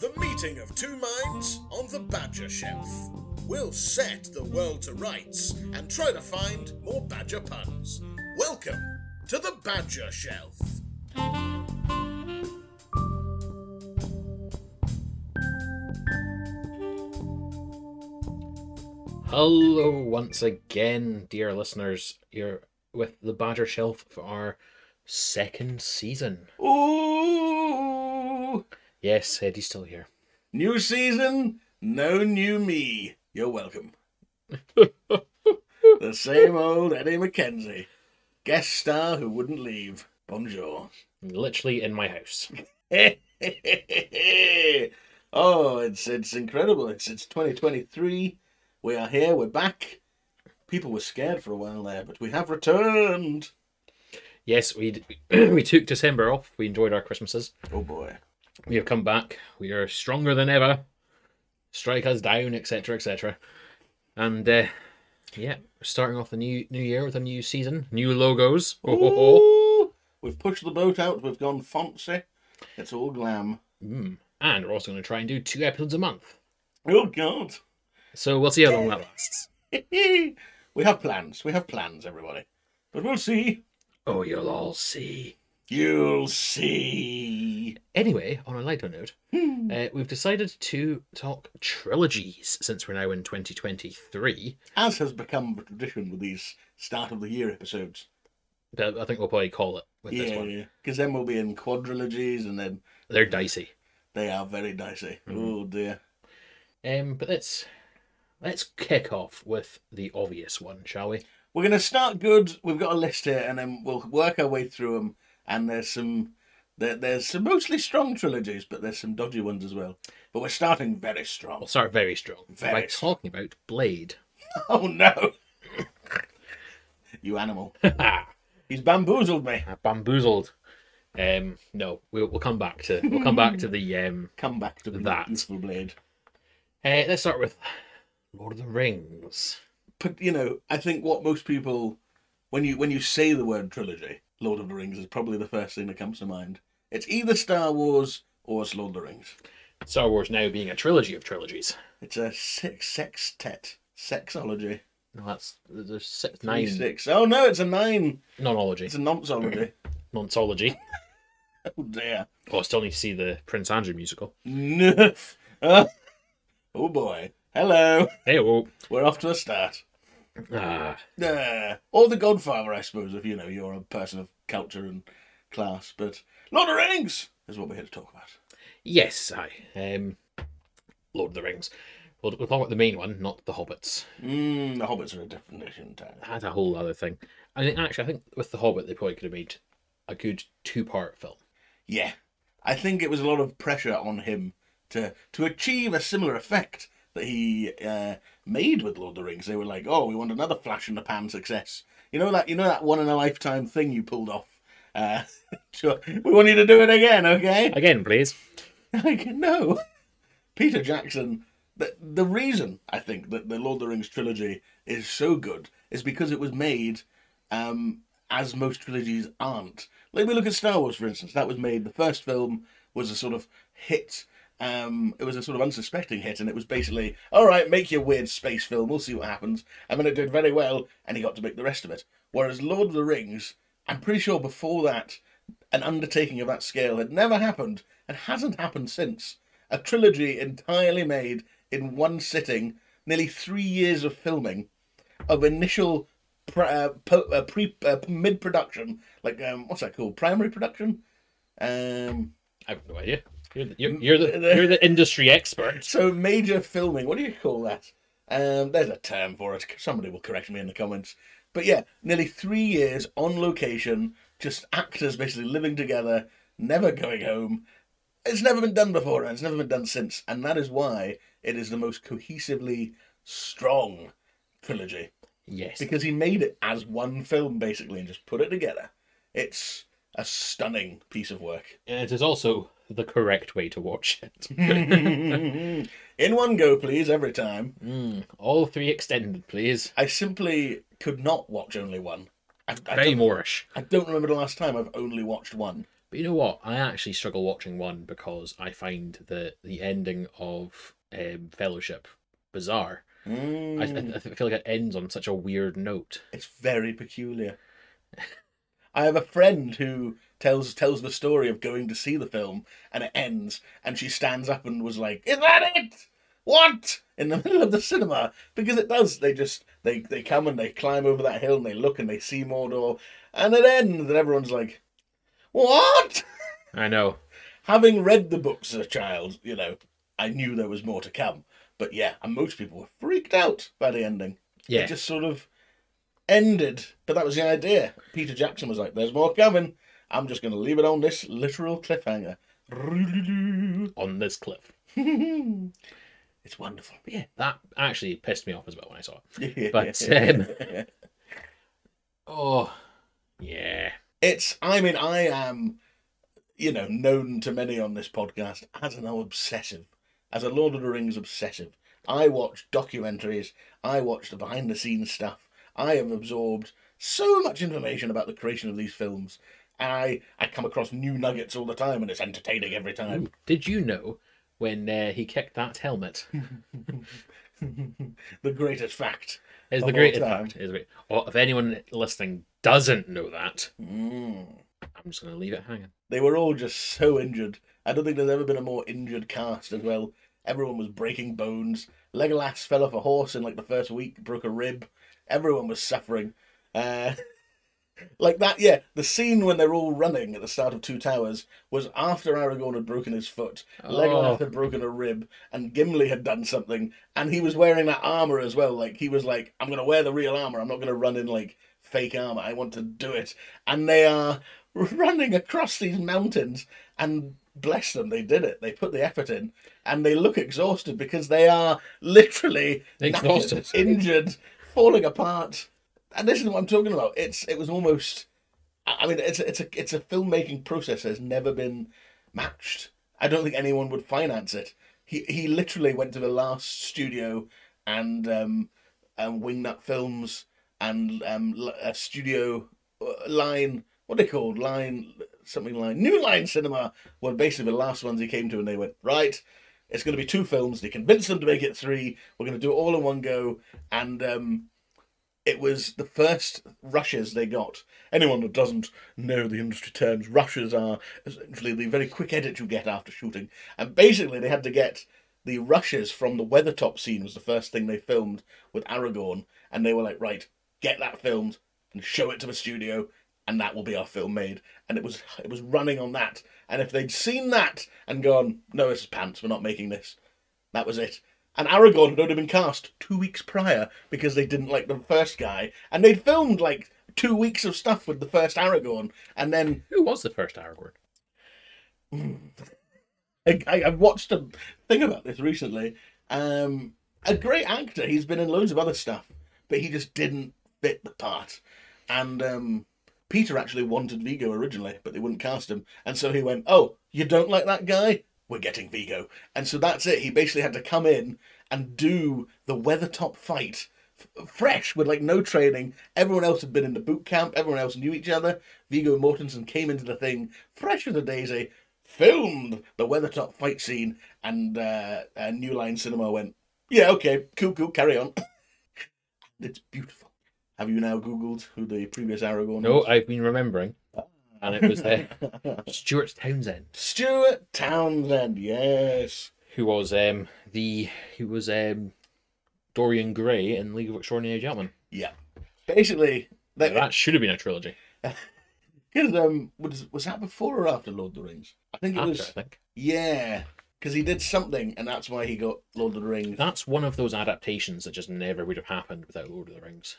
The meeting of two minds on the Badger Shelf. We'll set the world to rights and try to find more badger puns. Welcome to the Badger Shelf. Hello, once again, dear listeners. You're with the Badger Shelf for our second season. Ooh! Yes, Eddie's still here. New season, no new me. You're welcome. the same old Eddie McKenzie. Guest star who wouldn't leave. Bonjour. Literally in my house. oh, it's it's incredible. It's it's 2023. We are here, we're back. People were scared for a while there, but we have returned. Yes, we we took December off. We enjoyed our Christmases. Oh boy. We have come back. We are stronger than ever. Strike us down, etc., etc. And uh, yeah, we're starting off the new new year with a new season, new logos. Ho, ho, ho. Ooh, we've pushed the boat out, we've gone fancy. It's all glam. Mm. And we're also going to try and do two episodes a month. Oh god. So we'll see how long that lasts. we have plans. We have plans, everybody. But we'll see. Oh, you'll all see. You'll see. Anyway, on a lighter note, Hmm. uh, we've decided to talk trilogies since we're now in 2023. As has become tradition with these start of the year episodes. But I think we'll probably call it with this Yeah, one. yeah. Because then we'll be in quadrilogies and then They're dicey. they are very dicey. Mhm. Oh dear. Um, but let's let's kick off with the obvious one, shall we? We're going to start good. We've got a list here and then we'll work our way through them. And there's some. There, there's some mostly strong trilogies, but there's some dodgy ones as well. But we're starting very strong. We'll start very strong by Very strong. talking about Blade. Oh no! you animal. Ha! He's bamboozled me. I bamboozled. Um, no, we'll, we'll come back to we'll come back to the um, come back to That. that beautiful blade. Uh, let's start with Lord of the Rings. But you know, I think what most people, when you when you say the word trilogy, Lord of the Rings is probably the first thing that comes to mind. It's either Star Wars or it's Lord of the Rings. Star Wars now being a trilogy of trilogies. It's a six sextet, sexology. No, that's there's six, Three nine six. Oh no, it's a nine. It's nonology, a nonceology. nonsology. oh dear. Oh, I still need to see the Prince Andrew musical. Nerf. Ah. oh boy. Hello. Hey, well, We're off to a start. ah, Yeah. Or The Godfather, I suppose, if you know you're a person of culture and class. But Lord of the Rings is what we're here to talk about. yes, I um, Lord of the Rings. We'll, we'll talk about the main one, not the Hobbits. Mm, the Hobbits are a different nation time. That's a whole other thing. I think actually, I think with the Hobbit, they probably could have made a good two-part film. Yeah. I think it was a lot of pressure on him to to achieve a similar effect that he uh, made with Lord of the Rings. They were like, oh, we want another flash in the pan success. You know that you know that one in a lifetime thing you pulled off. Uh, sure. We want you to do it again, okay? Again, please. Like, no. Peter Jackson. The, the reason I think that the Lord of the Rings trilogy is so good is because it was made um, as most trilogies aren't. Like we look at Star Wars, for instance, that was made. The first film was a sort of hit. Um, it was a sort of unsuspecting hit, and it was basically, all right, make your weird space film. We'll see what happens. And then it did very well, and he got to make the rest of it. Whereas Lord of the Rings, I'm pretty sure before that, an undertaking of that scale had never happened and hasn't happened since. A trilogy entirely made in one sitting, nearly three years of filming, of initial pre, uh, po- uh, pre uh, mid production, like um, what's that called? Primary production. Um, I have no idea. You're the, you're, you're the you're the industry expert. so major filming. What do you call that? Um, there's a term for it. Somebody will correct me in the comments. But yeah, nearly three years on location, just actors basically living together, never going home. It's never been done before, and it's never been done since, and that is why it is the most cohesively strong trilogy Yes. because he made it as one film basically and just put it together. It's a stunning piece of work. And it is also the correct way to watch it. In one go, please, every time. Mm, all three extended, please. I simply could not watch only one. I, I, Very don't, Moorish. I don't remember the last time I've only watched one. But you know what? I actually struggle watching one because I find the the ending of um, Fellowship bizarre. I, I, Mm, I feel like it ends on such a weird note. it's very peculiar. I have a friend who tells tells the story of going to see the film, and it ends, and she stands up and was like, "Is that it? What?" In the middle of the cinema, because it does. They just they they come and they climb over that hill and they look and they see Mordor, and it ends, and everyone's like, "What?" I know. having read the books as a child, you know, I knew there was more to come. But yeah, and most people were freaked out by the ending. Yeah. It just sort of ended. But that was the idea. Peter Jackson was like, there's more coming. I'm just going to leave it on this literal cliffhanger. on this cliff. it's wonderful. But yeah, that actually pissed me off as well when I saw it. But, But um, Oh, yeah. it's, I mean, I am, you know, known to many on this podcast as an obsessive, as a Lord of the Rings obsessive. I watch documentaries, I watch the behind the scenes stuff. I have absorbed so much information about the creation of these films. And I, I come across new nuggets all the time, and it's entertaining every time. Did you know when uh, he kicked that helmet? the greatest fact. Is Of the all great time. impact. Is great. Or if anyone listening doesn't know that, Mm. I'm just going to leave it hanging. They were all just so injured. I don't think there's ever been a more injured cast as well. Everyone was breaking bones. Legolas fell off a horse in like the first week, broke a rib. Everyone was suffering. Uh, like that, yeah. The scene when they're all running at the start of Two Towers was after Aragorn had broken his foot, Legolas Oh. had broken a rib, and Gimli had done something, and he was wearing that armor as well. Like he was like, "I'm gonna wear the real armor. I'm not gonna run in like fake armor. I want to do it." And they are running across these mountains, and bless them, they did it. They put the effort in, and they look exhausted because they are literally Exhausted. knackered, injured, falling apart. And this is what I'm talking about. It's it was almost I I mean, it's a, it's a it's a filmmaking process that has never been matched. I don't think anyone would finance it. He he literally went to the last studio and um, um Wingnut Films and um l- a studio uh, line what are they called line something line New Line Cinema were basically the last ones he came to and they went right. It's going to be two films. They convinced them to make it three. We're going to do it all in one go. And um, it was the first rushes they got. Anyone who doesn't know the industry terms, rushes are essentially the very quick edit you get after shooting. And basically, they had to get the rushes from the Weathertop scene was the first thing they filmed with Aragorn, and they were like, right, get that filmed and show it to the studio, and that will be our film made. And it was it was running on that. And if they'd seen that and gone, no, this is pants, we're not making this, that was it. And Aragorn had only been cast two weeks prior because they didn't like the first guy, and they'd filmed like two weeks of stuff with the first Aragorn, and then Who was the first Aragorn? I, I, I watched a thing about this recently. Um, a great actor. He's been in loads of other stuff, but he just didn't fit the part. And um, Peter actually wanted Vigo originally, but they wouldn't cast him. And so he went, "Oh, you don't like that guy? We're getting Vigo." And so that's it. He basically had to come in and do the Weathertop fight f- fresh with like no training. Everyone else had been in the boot camp. Everyone else knew each other. Vigo Mortensen came into the thing fresh as a daisy, filmed the Weathertop fight scene, and uh, uh, New Line Cinema went, "Yeah, okay, cool, cool, carry on." it's beautiful. Have you now googled who the previous Aragorn? No, was? I've been remembering. And it was uh, Stuart Townsend, Stuart Townsend. Yes. who was um the who was um Dorian Gray in League of Extraordinary Gentlemen. Yeah. Basically, Now, that, that should have been a trilogy. Because um, was was that before or after Lord of the Rings? I think it After, I was. think. Yeah, because he did something, and that's why he got Lord of the Rings. That's one of those adaptations that just never would have happened without Lord of the Rings.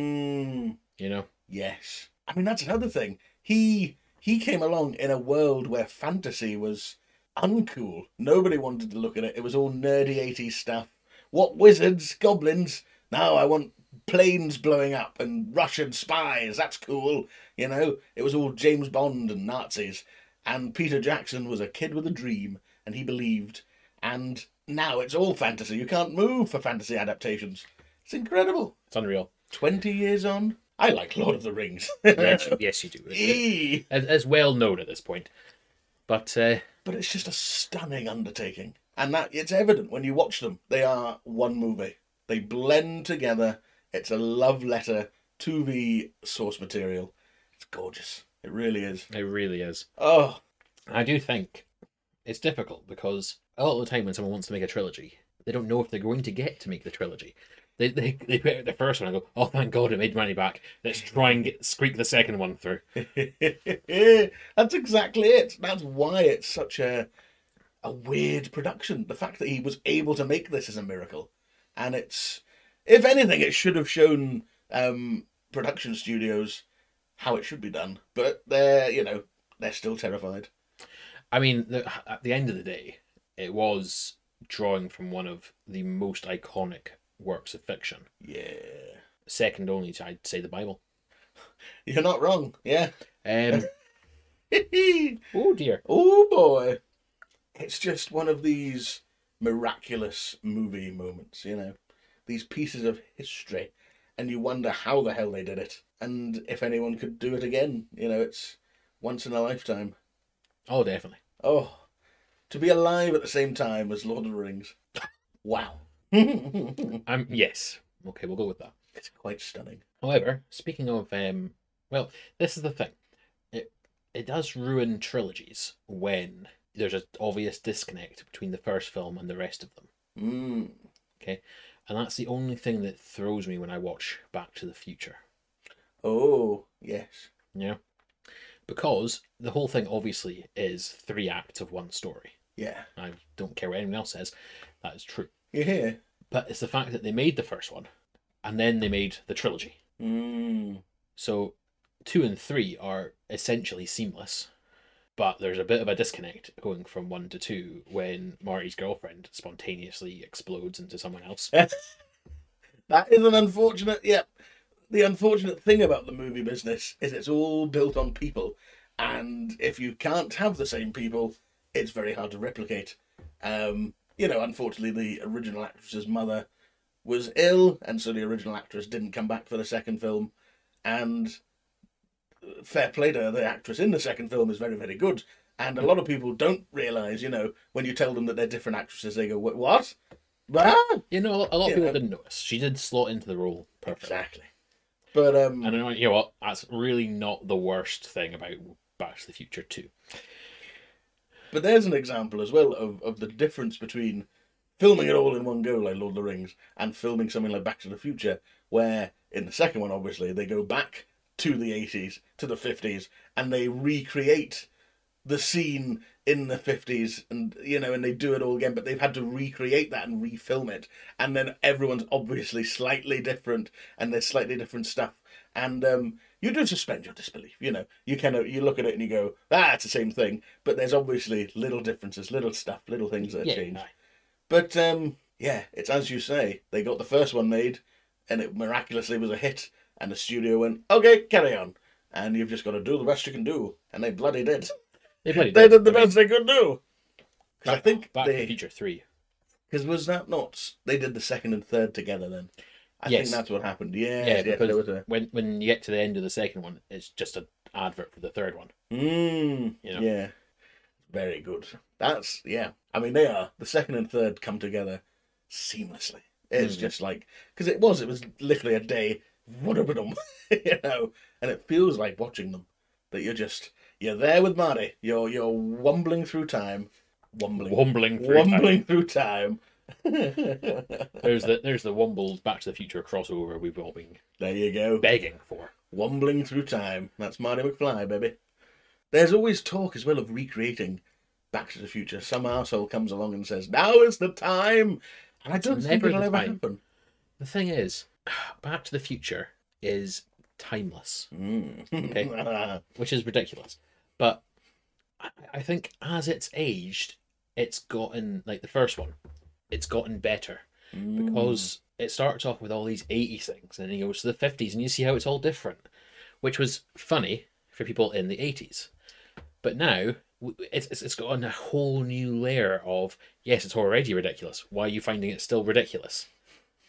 Mm, You know? yes, I mean that's another thing. He he came along in a world where fantasy was uncool. Nobody wanted to look at it. It was all nerdy '80s stuff. What wizards, goblins? Now I want planes blowing up and Russian spies. That's cool. You know, it was all James Bond and Nazis. And Peter Jackson was a kid with a dream, and he believed. And now it's all fantasy. You can't move for fantasy adaptations. It's incredible. It's unreal. 20 years on. I like Lord of the Rings. yes, yes, you do. It- it- Eee. As, as well known at this point. But uh, but it's just a stunning undertaking, and that it's evident when you watch them. They are one movie. They blend together. It's a love letter to the source material. It's gorgeous. It really is. it really is. Oh, I do think it's difficult because a lot of the time when someone wants to make a trilogy, they don't know if they're going to get to make the trilogy. They they, they put out the first one and go, oh thank God it made money back. Let's try and get squeak the second one through. that's exactly it. That's why it's such a a weird production. The fact that he was able to make this is a miracle, and it's if anything, it should have shown um, production studios how it should be done. But they're you know they're still terrified. I mean, the, at the end of the day, it was drawing from one of the most iconic works of fiction, Yeah, second only to I'd say the Bible. you're not wrong. Yeah. Um, oh dear, oh boy, it's just one of these miraculous movie moments. You know, these pieces of history, and you wonder how the hell they did it, and if anyone could do it again. You know, it's once in a lifetime. oh definitely. Oh, to be alive at the same time as Lord of the Rings. Wow. it's Um, yes, okay, we'll go with that. quite stunning. However, speaking of um, well, this is the thing. It it does ruin trilogies when there's an obvious disconnect between the first film and the rest of them, Mm. and that's the only thing that throws me when I watch Back to the Future. Oh, yes. Yeah, because the whole thing obviously is three acts of one story. Yeah. I don't care what anyone else says, that is true. You hear? But it's the fact that they made the first one, and then they made the trilogy. Mm. So two and three are essentially seamless, but there's a bit of a disconnect going from one to two when Marty's girlfriend spontaneously explodes into someone else. That is an unfortunate. Yep. The unfortunate thing about the movie business is it's all built on people, and if you can't have the same people, it's very hard to replicate. Um, you know, unfortunately, the original actress's mother was ill, and so the original actress didn't come back for the second film. And uh, fair play to her, the actress in the second film is very, very good. And a lot of people don't realise, you know, when you tell them that they're different actresses, they go, "Wha- "What? Ah, You know, a lot of Yeah. people didn't notice. She did slot into the role perfectly. Exactly. But um, And I know, you know what? That's really not the worst thing about Back to the Future 2. but there's an example as well of, of the difference between filming it all in one go, like Lord of the Rings, and filming something like Back to the Future, where in the second one, obviously, they go back to the 80s, to the 50s, and they recreate the scene in the 50s and you know and they do it all again but they've had to recreate that and refilm it and then everyone's obviously slightly different and there's slightly different stuff and um you do suspend your disbelief you know you kind of you look at it and you go ah it's the same thing but there's obviously little differences little stuff little things that Yeah, change aye. but um yeah it's as you say they got the first one made and it miraculously was a hit and the studio went okay carry on and you've just got to do the best you can do and they bloody did They bloody they did the I mean, best they could do. 'Cause I think Back to the they Future 3. because was that not they did the second and third together then. I Yes. think that's what happened. Yes, Yeah, yes, there because- was a- When when you get to the end of the second one, it's just an advert for the third one. Mm, You know. Yeah, very good. That's yeah. I mean, they are the second and third come together seamlessly. It's Mhm. just like because it was it was literally a day what a bit you know, and it feels like watching them that you're just you're there with Marty. You're you're wumbling through time, wumbling, Wumbling through time. wumbling through time. there There's the there's the Wumbles Back to the Future crossover we've all been you go. begging for. Wumbling through time. That's Marty McFly, baby. There's always talk as well of recreating Back to the Future. Some arsehole comes along and says, Now is the time! And I don't think never it'll the ever time. happen. The thing is, Back to the Future is timeless, Mm. which is ridiculous. But I, I think as it's aged, it's gotten like the first one, it's gotten better because Mm. it starts off with all these 80s things and then it goes to the 50s and you see how it's all different, which was funny for people in the 80s. But now w- it's, it's, it's gotten a whole new layer of yes, it's already ridiculous. Why are you finding it still ridiculous?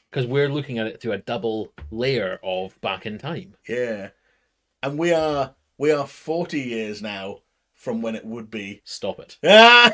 because we're looking at it through a double layer of back in time. Yeah. And we are we are forty years now from when it would be. Stop it. Ah!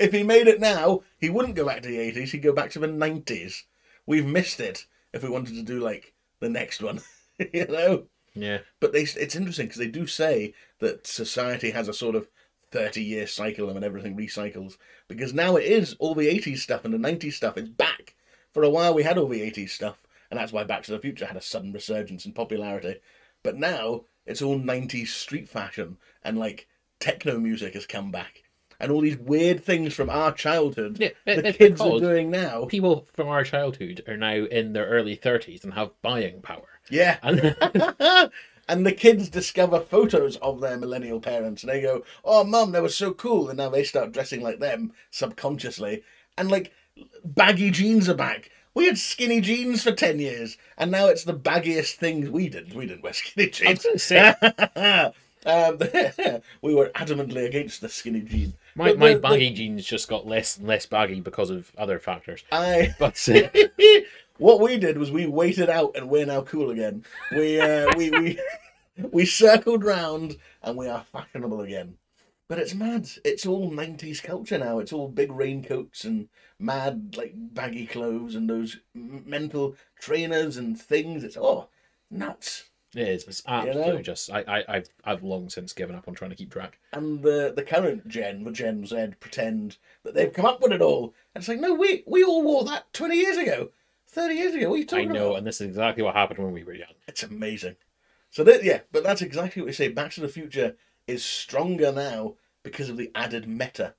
if he made it now, he wouldn't go back to the eighties, he'd go back to the nineties. We've missed it if we wanted to do like the next one. you know? Yeah. But they, it's interesting because they do say that society has a sort of 30 year cycle and everything recycles. Because now it is all the 80s stuff and the 90s stuff is back. For a while we had all the 80s stuff, and that's why Back to the Future had a sudden resurgence in popularity. But now it's all 90s street fashion and like techno music has come back. And all these weird things from our childhood Yeah, it- the it's kids are because- doing now. People from our childhood are now in their early 30s and have buying power. Yeah. And and the kids discover photos of their millennial parents and they go, Oh, mum, they were so cool. And now they start dressing like them subconsciously. And like baggy jeans are back. We had skinny jeans for 10 years and now it's the baggiest things we did. We didn't wear skinny jeans. gonna say- um, we were adamantly against the skinny jean. my, But my the- the- baggy jeans just got less and less baggy because of other factors. I. But uh, what we did was we waited out and we're now cool again. We uh, we we we circled round and we are fashionable again. But it's mad. It's all nineties culture now. It's all big raincoats and mad like baggy clothes and those m- mental trainers and things. It's oh nuts. it is. It's absolutely know? just. I, I, I've, I've long since given up on trying to keep track. And the the current gen, the Gen Z, pretend that they've come up with it all. And it's like no, we we all wore that twenty years ago, thirty years ago. What are you I talking about? know, and this is exactly what happened when we were young. It's amazing. So that yeah, but that's exactly what you say. Back to the Future is stronger now because of the added meta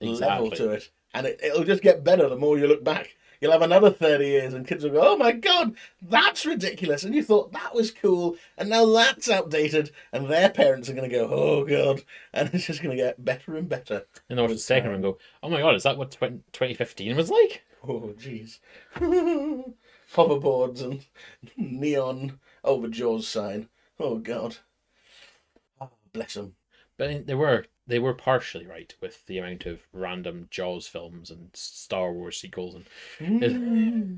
level Exactly. to it, and it, it'll just get better the more you look back. You'll have another thirty years, and kids will go, "Oh my god, that's ridiculous!" And you thought that was cool, and now that's outdated, and their parents are going to go, "Oh god," and it's just going to get better and better. And then watch the second one and go, oh my god, is that what 20, 2015 was like? Oh jeez, hoverboards and neon over Jaws sign. Oh god, oh, bless them. But they were they were partially right with the amount of random Jaws films and Star Wars sequels and Hmm.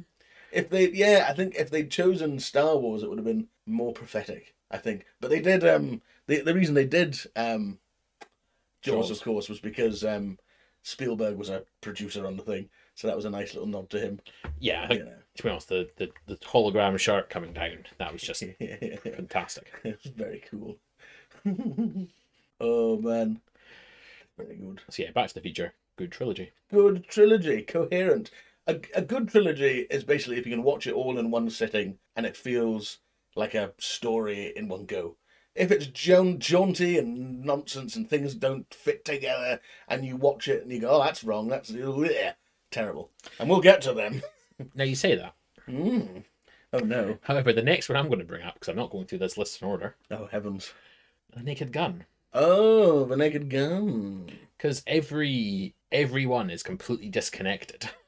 If they, yeah, I think if they'd chosen Star Wars, it would have been more prophetic. I think, but they did. Um, the the reason they did um, Jaws, Jaws. of course, was because um, Spielberg was a producer on the thing, so that was a nice little nod to him. yeah, I think, to be honest, the, the the hologram shark coming down that was just Yeah. fantastic. It's very cool. oh man, very good. So yeah, Back to the Future, good trilogy. Good trilogy, coherent. A, a good trilogy is basically if you can watch it all in one sitting and it feels like a story in one go. If it's jaun- jaunty and nonsense and things don't fit together and you watch it and you go, oh, that's wrong, that's bleh," terrible. And we'll get to them. Now you say that. Mm. Oh no. However, the next one I'm going to bring up because I'm not going through this list in order, Oh heavens. The Naked Gun, Oh, the naked gun. because every everyone is completely disconnected.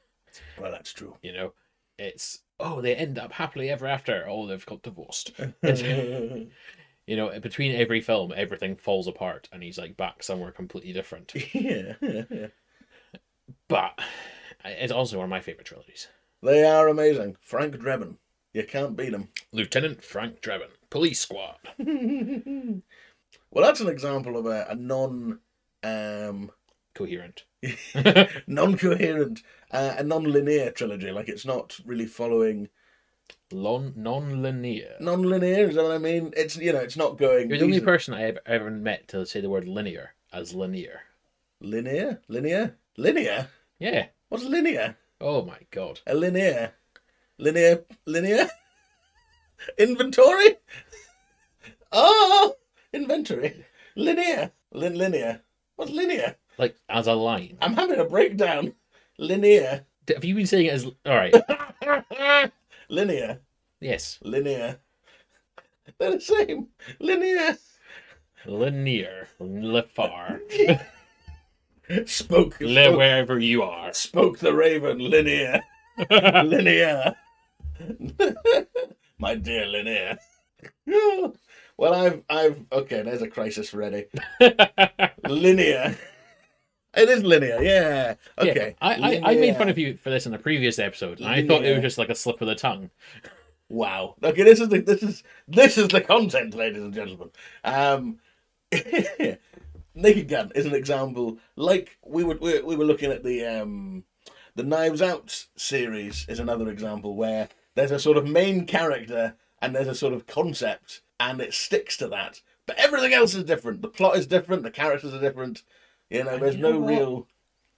Well, that's true. You know, it's oh they end up happily ever after. Oh, they've got divorced. yeah, You know, between every film, everything falls apart, and he's like back somewhere completely different. But it's also one of my favorite trilogies. they are amazing. Frank Drebin. You can't beat him. Lieutenant Frank Drebin, Police Squad. well, that's an example of a, a non um, Coherent. non coherent, uh, a non linear trilogy. Like it's not really following Lon- non-linear. non linear. Is that what I mean? It's you know, it's not going You're the only these are- person I have ever met to say the word linear as linear. linear, linear, linear. Yeah. What's linear? Oh my god. A linear, linear, linear. Inventory. oh, inventory. Linear, lin linear. What's linear? Like as a line. I'm having a breakdown. Linear. D- Have you been saying it as all right? linear, yes, linear. They're the same. Linear. linear, lefar, Spoke. le spoke, wherever you are. spoke the raven. Linear. linear. My dear linear. well, I've, I've. Okay, there's a crisis already. linear. It is linear, yeah. Yeah, Okay. I, I, I made fun Linear. of you for this in the previous episode, and I thought it Yeah. was just like a slip of the tongue. Wow. Okay, this is the this is this is the content, ladies and gentlemen. Um, Naked Gun is an example. Like we were we, we were looking at the um, the Knives Out series is another example where there's a sort of main character and there's a sort of concept and it sticks to that. But everything else is different. The plot is different. The characters are different. You know, there's you no know what? real.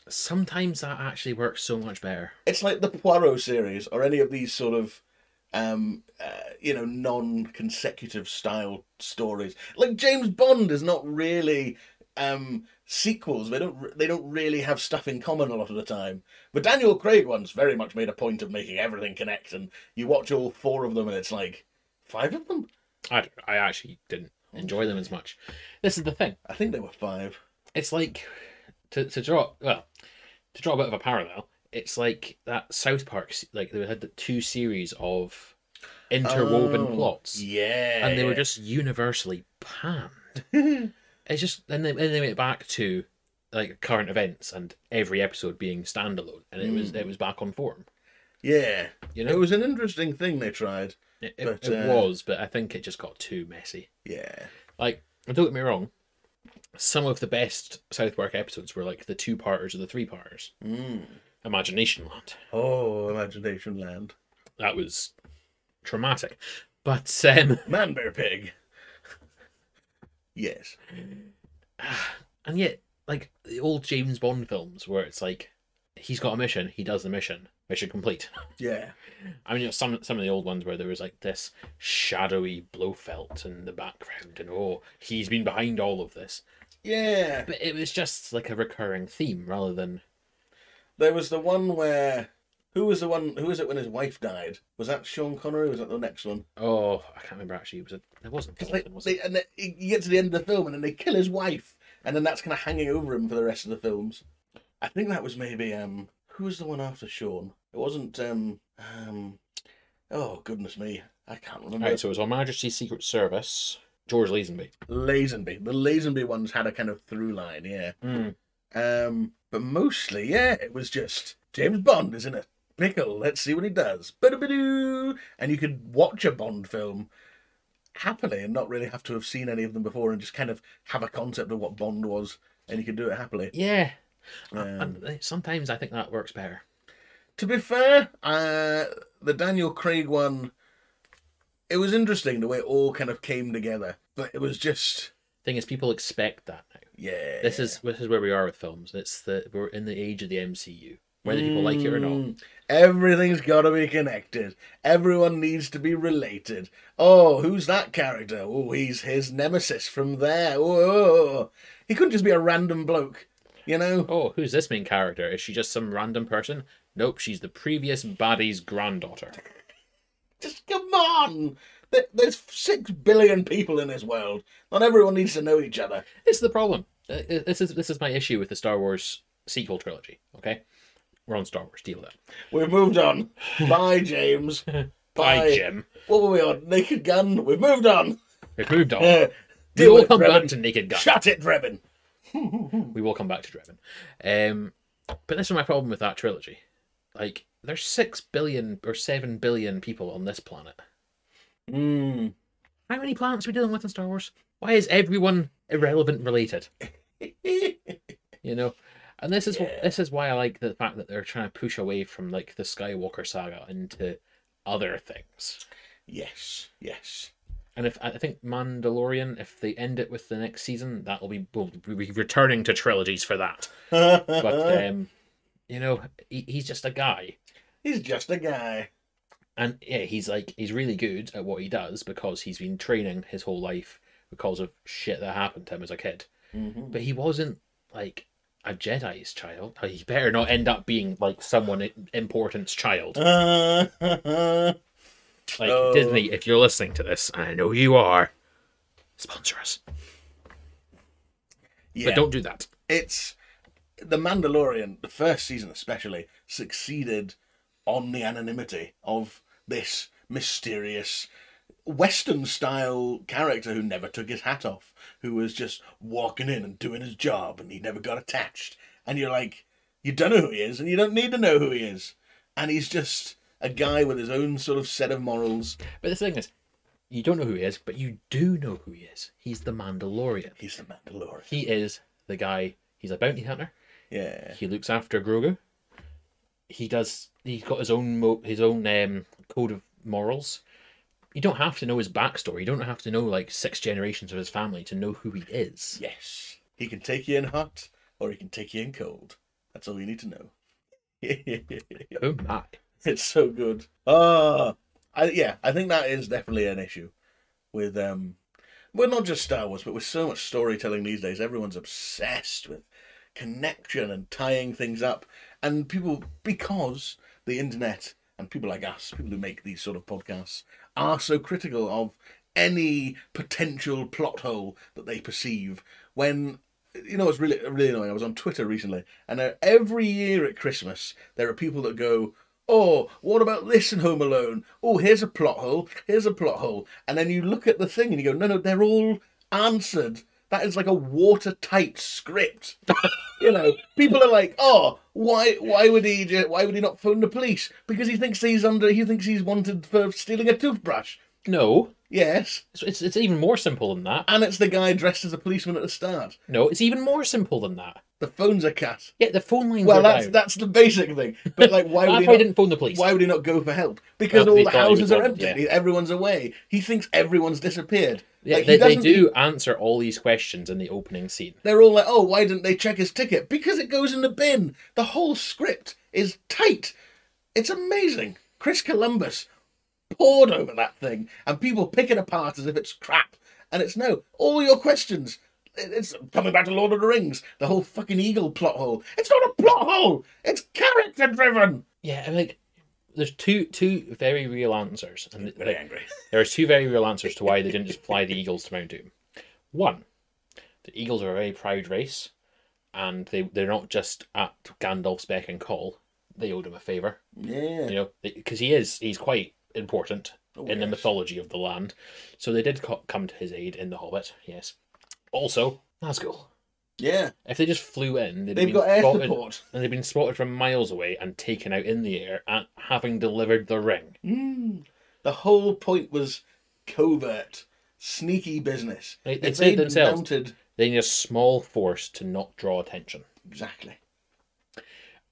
Sometimes that actually works so much better. It's like the Poirot series or any of these sort of, um, uh, you know, non-consecutive style stories. Like James Bond is not really um, sequels. They don't. re- They don't really have stuff in common a lot of the time. But Daniel Craig once very much made a point of making everything connect, and you watch all four of them, and it's like five of them. I, don't- I actually didn't enjoy them as much. This is the thing. I think there were five. It's like to to draw well to draw a bit of a parallel. It's like that South Park se- like they had the two series of interwoven Oh, plots, Yeah. and they were just universally panned. it's just and then and they went back to like current events and every episode being standalone, and it was Mm. it was back on form. yeah. You know, It was an interesting thing they tried. It, it, But, it uh, was, but I think it just got too messy. Yeah. Like, and don't get me wrong, some of the best South Park episodes were like the two parters or the three parters. Mm. Imagination Land. Oh, Imagination Land. That was traumatic. But um Man Bear Pig. yes. and yet like the old James Bond films where it's like he's got a mission, he does the mission, mission complete. Yeah. I mean you know, some some of the old ones where there was like this shadowy Blofeld in the background and oh he's been behind all of this. Yeah. But it was just like a recurring theme rather than There was the one where who was the one who was it when his wife died? Was that Sean Connery? Or was that the next one? Oh, I can't remember actually. It was a, there wasn't Because they, Fulton, was they it? and they, you get to the end of the film and then they kill his wife and then that's kind of hanging over him for the rest of the films. I think that was maybe um who was the one after Sean? It wasn't um um oh goodness me I can't remember. Alright, so it was Her Majesty's Secret Service, George Lazenby. Lazenby. The Lazenby ones had a kind of through line, yeah. Hmm. Um, but mostly, yeah, it was just James Bond is in a pickle. Let's see what he does. Ba-da-ba-doo. And you could watch a Bond film happily and not really have to have seen any of them before and just kind of have a concept of what Bond was and you could do it happily. Yeah. Um, and uh, sometimes I think that works better. to be fair, uh, the Daniel Craig one, it was interesting the way it all kind of came together, but it was just, Thing is, people expect that now. yeah. This is this is where we are with films. It's the we're in the age of the MCU, whether people like it or not. Mm. Everything's got to be connected. Everyone needs to be related. Oh, who's that character? Oh, he's his nemesis from there. Oh, oh, oh. he couldn't just be a random bloke, you know? Oh, who's this main character? Is she just some random person? Nope, she's the previous baddie's granddaughter. Just come on. There- There's six billion people in this world. Not everyone needs to know each other. This is the problem. Uh, This is this is my issue with the Star Wars sequel trilogy. Okay, we're on Star Wars. Deal with that. We've moved on. Bye, James. Bye, Bye, Jim. What were we on? Naked Gun. We've moved on. We've moved on. Uh, we deal will with come back Drebin. to Naked Gun. Shut it, Drebin. We will come back to Driven. Um, but this is my problem with that trilogy. Like, there's six billion or seven billion people on this planet. Mm. Hmm. How many planets are we dealing with in Star Wars? Why is everyone irrelevant related? You know, and this is Yeah. this is why I like the fact that they're trying to push away from like the Skywalker saga into other things. Yes, yes. And if I think Mandalorian, if they end it with the next season, that'll be we'll be returning to trilogies for that. Uh-huh. But um, you know, he, he's just a guy. He's just a guy. and yeah, he's like he's really good at what he does because he's been training his whole life because of shit that happened to him as a kid. But he wasn't like a Jedi's child. Like, He better not end up being like someone i- important's child. Like Oh. Disney, if you're listening to this, and I know you are. Sponsor us, yeah, but don't do that. it's the Mandalorian. The first season, especially, succeeded on the anonymity of this mysterious Western-style character who never took his hat off, who was just walking in and doing his job, and he never got attached. and you're like, you don't know who he is, and you don't need to know who he is, and he's just a guy with his own sort of set of morals. But the thing is, you don't know who he is, but you do know who he is. He's the Mandalorian. He's the Mandalorian. He is the guy. He's a bounty hunter. Yeah. He looks after Grogu. He does. He's got his own mo- his own um, code of morals. You don't have to know his backstory. You don't have to know like six generations of his family to know who he is. Yes. He can take you in hot, or he can take you in cold. That's all you need to know. Oh my! It's so good. Ah, I, yeah, I think that is definitely an issue with um, well, not just Star Wars, but with so much storytelling these days, everyone's obsessed with connection and tying things up, and people because the internet and people like us, people who make these sort of podcasts, are so critical of any potential plot hole that they perceive when you know it's really really annoying. I was on Twitter recently, and uh, every year at Christmas there are people that go, "Oh, what about this in Home Alone? Oh, here's a plot hole. Here's a plot hole." And then you look at the thing and you go, "No, no, they're all answered." That is like a watertight script. you know, people are like, "Oh, why? Why would he? ju- Why would he not phone the police? Because he thinks he's under. He thinks he's wanted for stealing a toothbrush." No, Yes, it's, it's it's even more simple than that. and it's the guy dressed as a policeman at the start. No, it's even more simple than that. The phones are cut. Yeah, the phone lines Well, are that's down. that's the basic thing. But like, why would That's he why I not, didn't phone the police. why would he not go for help? Because Well, all he the thought he houses was are wanted, empty. Everyone's away. He thinks everyone's disappeared. Yeah, Like, he they, they doesn't- do answer all these questions in the opening scene. They're all like, "Oh, why didn't they check his ticket? Because it goes in the bin." The whole script is tight. It's amazing. Chris Columbus poured over that thing, and people pick it apart as if it's crap. And it's no. All your questions. it- It's coming back to Lord of the Rings. The whole fucking eagle plot hole. It's not a plot hole. It's character driven. Yeah, and like there's two two very real answers, and like, angry. there are two very real answers to why they didn't just fly the eagles to Mount Doom. One, the eagles are a very proud race, and they they're not just at Gandalf's beck and call. They owed him a favor, Yeah. you know, because he is he's quite important Oh, in the yes. mythology of the land. So they did co- come to his aid in the Hobbit. Yes. Also, Nazgul. Yeah. If they just flew in, they'd They've been got air spotted- support. and they've been spotted from miles away and taken out in the air and having delivered the ring. Mm. The whole point was covert, sneaky business. They- they If say it they'd themselves. mounted- They need a small force to not draw attention. Exactly.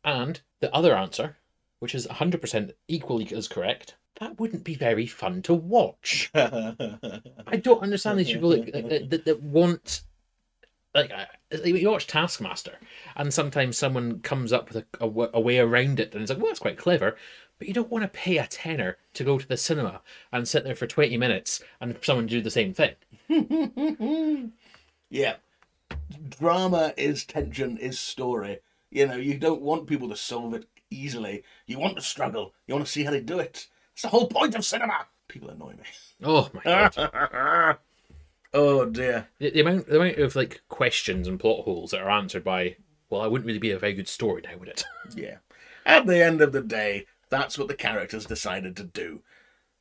And the other answer, which is 100% equally as correct, that wouldn't be very fun to watch. I don't understand these people that, that, that, that want. Like, I- you watch Taskmaster, and sometimes someone comes up with a, a wa- a way around it, and it's like, well, that's quite clever, but you don't want to pay a tenner to go to the cinema and sit there for 20 minutes and someone do the same thing. yeah. Drama is tension, is story. You know, you don't want people to solve it easily. You want to struggle. You want to see how they do it. It's the whole point of cinema. People annoy me. Oh my god. oh dear. the, the amount the amount of like questions and plot holes that are answered by well, I wouldn't really be a very good story now, would it? Yeah. At the end of the day, that's what the characters decided to do.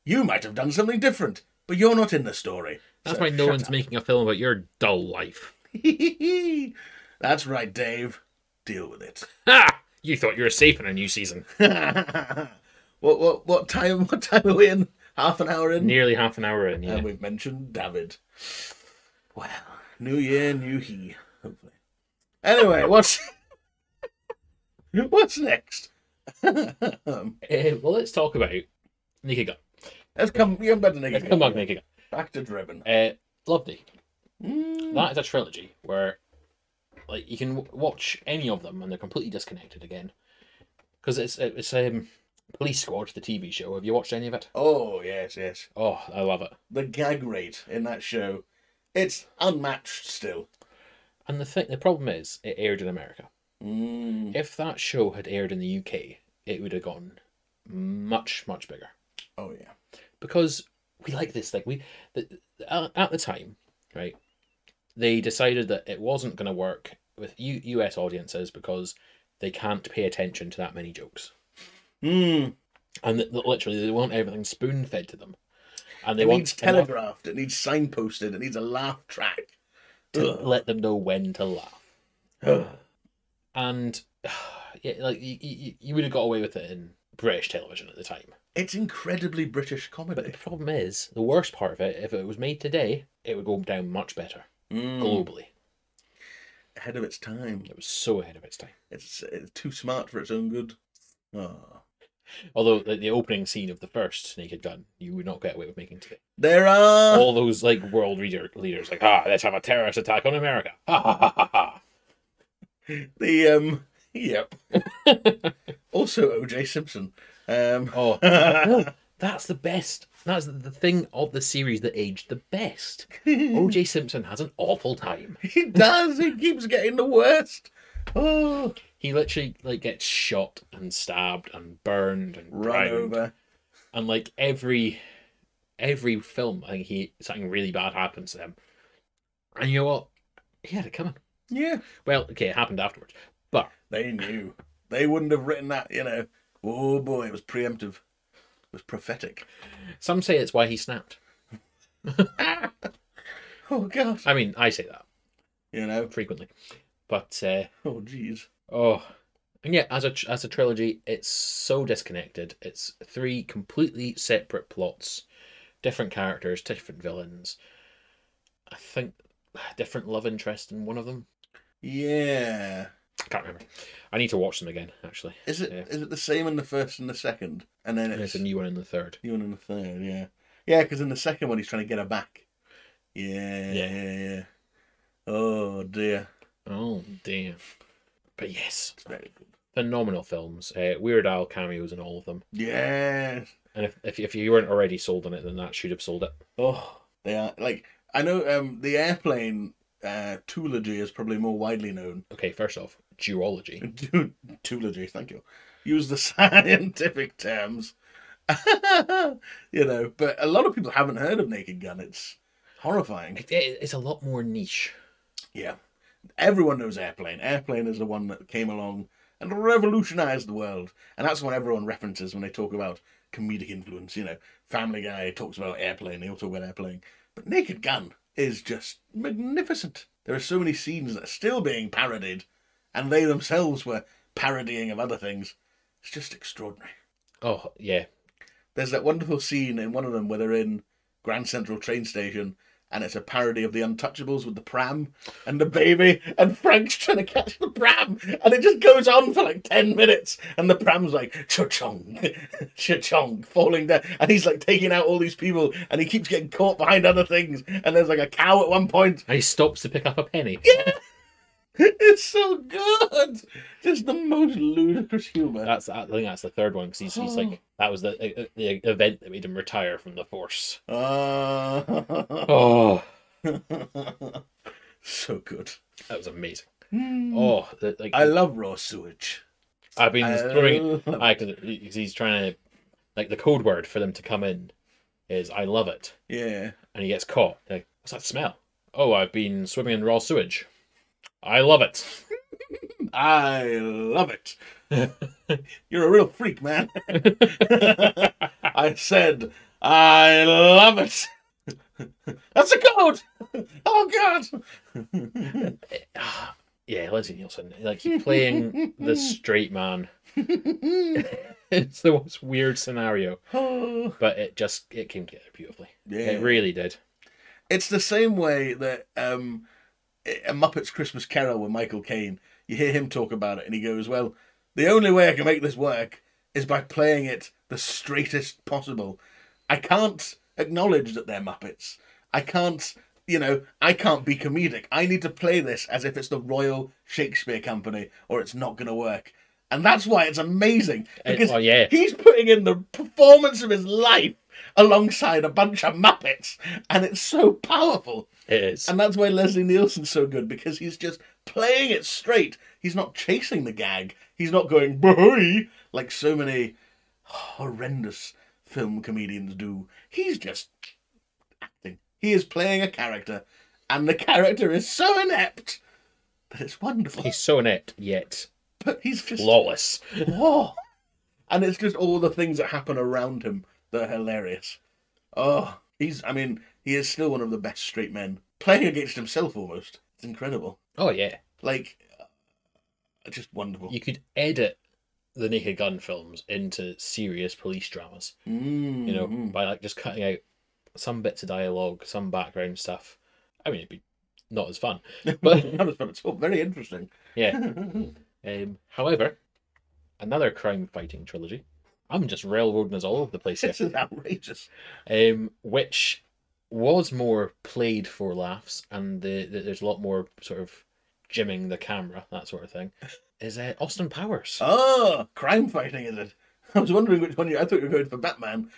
You might have done something different, but you're not in the story. That's So why no shut one's making a film about your dull life. up. That's right, Dave. Deal with it. Ha! You thought you were safe in a new season. what what what time what time are we in? Half an hour in? Nearly half an hour in, yeah. And we've mentioned David. Well, new year, new he, hopefully. Anyway, what's what's next? Let's Eh, well, let's talk about Naked Gun. come. You're better than Let's come back to Naked Back to Driven. Gun. Uh, love Naked Gun. Mm. That is a trilogy where, like, you can w- watch any of them and they're completely disconnected again, because it's it's um, Police Squad, the TV show. Have you watched any of it? Oh yes, yes. Oh, I love it. The gag rate in that show, it's unmatched still. And the thing, the problem is, it aired in America. Mm. If that show had aired in the UK, it would have gone much, much bigger Oh yeah. because we like this thing. We the, the- uh, at the time, right? They decided that it wasn't going to work with U- US audiences because they can't pay attention to that many jokes, Mm. and that, that literally they want everything spoon fed to them, and they It want needs to laugh- telegraphed. It needs signposted. It needs a laugh track. to let them know when to laugh. Ugh. and yeah, like you, you, you would have got away with it in British television at the time. It's incredibly British But the comedy. problem is, the worst part of it, if it was made today, it would go down much better Mm, globally. ahead of its time. It was so ahead of its time. It's, it's too smart for its own good. Ah. Although the, the opening scene of the first Naked Gun, you would not get away with making today. There are. All those like world reader leaders, like ah, let's have a terrorist attack on America. Ha ha ha ha ha. The um yep. also OJ Simpson. Um Oh, no, that's the best. That's the thing of the series that aged the best. O.J. Simpson has an awful time. he does, he keeps getting the worst. Oh He literally like gets shot and stabbed and burned and run drowned. over. and like every every film i think he something really bad happens to him and you know what he had it coming Yeah. well okay it happened afterwards but They knew. They wouldn't have written that, you know. Oh boy, it was preemptive. It was prophetic. some say it's why he snapped Oh god. i mean i say that You know. frequently but uh Oh jeez. oh and yeah as a tr- as a trilogy it's so disconnected it's three completely separate plots different characters different villains i think different love interest in one of them Yeah. i can't remember i need to watch them again actually Is it? Is Yeah. it the same in the first and the second? And then and it's there's a new one in the third you one in the third, yeah. Yeah, because in the second one he's trying to get her back. Yeah, yeah, Yeah. yeah, yeah. Oh dear. Oh damn! But yes, It's very good. phenomenal films. Uh, Weird Al cameos in all of them. Yes. And if, if if you weren't already sold on it, then that should have sold it. Oh, they are like I know um the airplane uh Toology is probably more widely known. Okay, first off, duology. Toology, thank you. Use the scientific terms. you know, but a lot of people haven't heard of Naked Gun. It's horrifying. It, it- it's a lot more niche. Yeah. Everyone knows Airplane. Airplane is the one that came along and revolutionized the world. And that's what everyone references when they talk about comedic influence. You know, Family Guy talks about Airplane, they all talk about Airplane. But Naked Gun is just magnificent. There are so many scenes that are still being parodied, and they themselves were parodying of other things. It's just extraordinary. Oh yeah, There's that wonderful scene in one of them where they're in Grand Central train station and it's a parody of the Untouchables with the pram and the baby and Frank's trying to catch the pram and it just goes on for like ten minutes and the pram's like cha-chong, cha-chong, falling down and he's like taking out all these people and he keeps getting caught behind other things and there's like a cow at one point and he stops to pick up a penny. it's so good just the most ludicrous humor That's I think that's the third one because he's, he's like that was the uh, the event that made him retire from the force. Ah. Oh, so good that was amazing. Oh, the, like I love raw sewage. I've been throwing it. love- I because he's trying to like the code word for them to come in is I love it, Yeah. and he gets caught. They're Like, what's that smell? Oh, I've been swimming in raw sewage. I love it. I love it. You're a real freak, man. I said, I love it. That's a code. Oh, God. Yeah, Leslie Nielsen, like he's playing Hmm. the straight man. it's the most weird scenario, Oh. but it just it came together beautifully. Yeah. It really did. It's the same way that um, a Muppet's Christmas Carol with Michael Caine, you hear him talk about it and he goes, Well, the only way I can make this work is by playing it the straightest possible. I can't acknowledge that they're Muppets. I can't, you know, I can't be comedic. I need to play this as if it's the Royal Shakespeare Company or it's not going to work. And that's why it's amazing Uh, because oh, yeah. he's putting in the performance of his life alongside a bunch of Muppets and it's so powerful. It is. And that's why Leslie Nielsen's so good because he's just playing it straight. He's not chasing the gag. He's not going boy like so many horrendous film comedians do. He's just acting. He is playing a character, and the character is so inept that it's wonderful. He's so inept yet but he's just flawless. oh, and it's just all the things that happen around him that are hilarious. Oh, he's, I mean, he is still one of the best straight men, playing against himself almost. It's incredible. Oh yeah. Like, uh, Just wonderful. Oh, You could edit the Naked Gun films into serious police dramas. Mm, you know, mm. by like just cutting out some bits of dialogue, some background stuff. I mean, it'd be not as fun, but that was fun. It's all very interesting. yeah. Um, however, another crime fighting trilogy. I'm just railroading us all over the place this here. is outrageous. Um, which was more played for laughs, and the, the, there's a lot more sort of jimming the camera, that sort of thing. Is uh, Austin Powers? Oh, crime fighting is it? I was wondering which one you. I thought you were going for Batman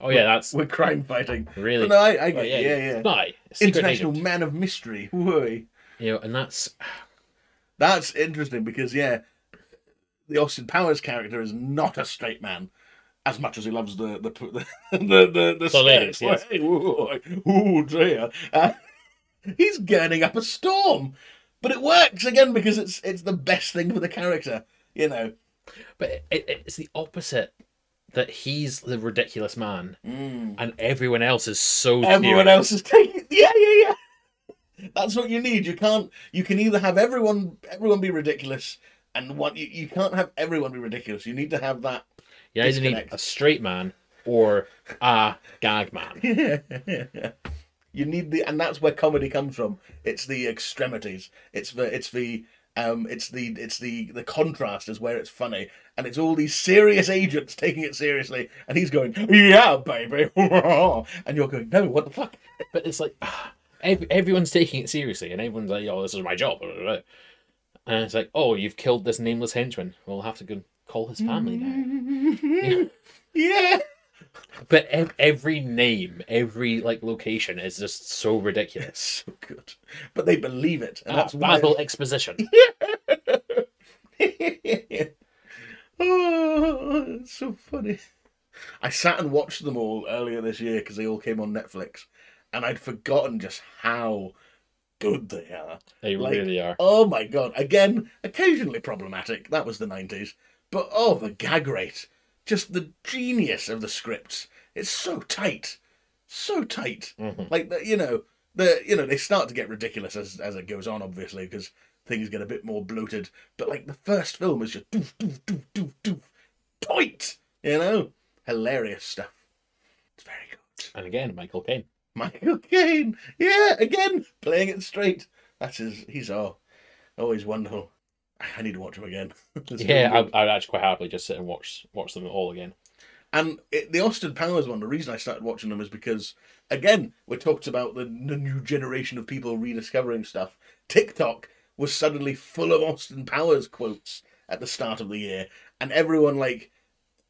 oh yeah, that's with crime fighting. really. Oh, No, I, I get Well, yeah, yeah. yeah. Spy, secret International agent. Man of Mystery. Whoa. You know, and that's That's interesting because yeah, the Austin Powers character is not a straight man, as much as he loves the the the the, the, the ladies, skirts. Ooh, ooh, dear. Uh, he's girding up a storm, but it works again because it's it's the best thing for the character. You know, But it, it, it's the opposite that he's the ridiculous man Mm. and everyone else is so everyone serious. else is taking. Yeah, yeah, yeah. That's what you need. You can't. You can either have everyone everyone be ridiculous. And what you, you can't have everyone be ridiculous. You need to have that You either need disconnect. a straight man or a gag man. you need the, and that's where comedy comes from. It's the extremities. It's the, it's the, um, it's the, it's the, the contrast is where it's funny, and it's all these serious agents taking it seriously, and he's going, yeah, baby, and you're going, no, what the fuck? But it's like ev- everyone's taking it seriously and everyone's like, "Oh, this is my job." And it's like, "Oh, you've killed this nameless henchman. We'll have to go and call his family now." Yeah. Yeah, But ev- every name, every like location is just so ridiculous. so good, but they believe it, and that's That's why. Basil exposition. oh, it's so funny. I sat and watched them all earlier this year because they all came on Netflix, and I'd forgotten just how good they are. They Like- really are. Oh my god! Again, occasionally problematic. That was the nineties, but oh, the gag rate, just the genius of the scripts. It's so tight, so tight. Mhm. Like the, you know, the you know they start to get ridiculous as as it goes on, obviously, because things get a bit more bloated. But like the first film is just doof doof doof doof doof, tight. You know, hilarious stuff. It's very good. And again, Michael Caine. Michael Caine, yeah, again playing it straight. That's his. He's all, always wonderful. I need to watch him again. It's Yeah, really good. I'd, I'd actually quite happily just sit and watch watch them all again. and it, the Austin Powers one. The reason I started watching them is because, again, we talked about the, the new generation of people rediscovering stuff. TikTok was suddenly full of Austin Powers quotes at the start of the year, and everyone like.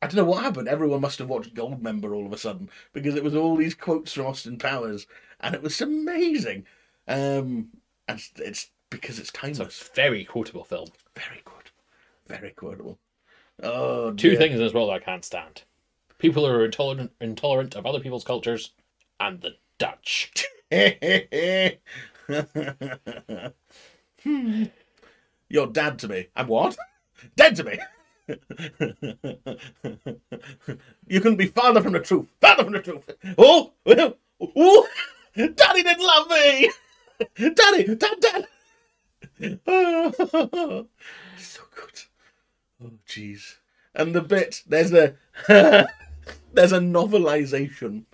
I don't know what happened. Everyone must have watched Goldmember all of a sudden because it was all these quotes from Austin Powers, and it was amazing. Um, and it's, it's because it's It's timeless. a very quotable film. Very good, very quotable. Oh, Two dear. things in this world I can't stand: people who are intolerant intolerant of other people's cultures, and the Dutch. hmm. You're dad to me. I'm what? Dead to me. you couldn't be farther from the truth. Farther from the truth. Oh, oh, oh. Daddy didn't love me. Daddy, dad, dad. so good. Oh, jeez. And the bit there's a there's a novelization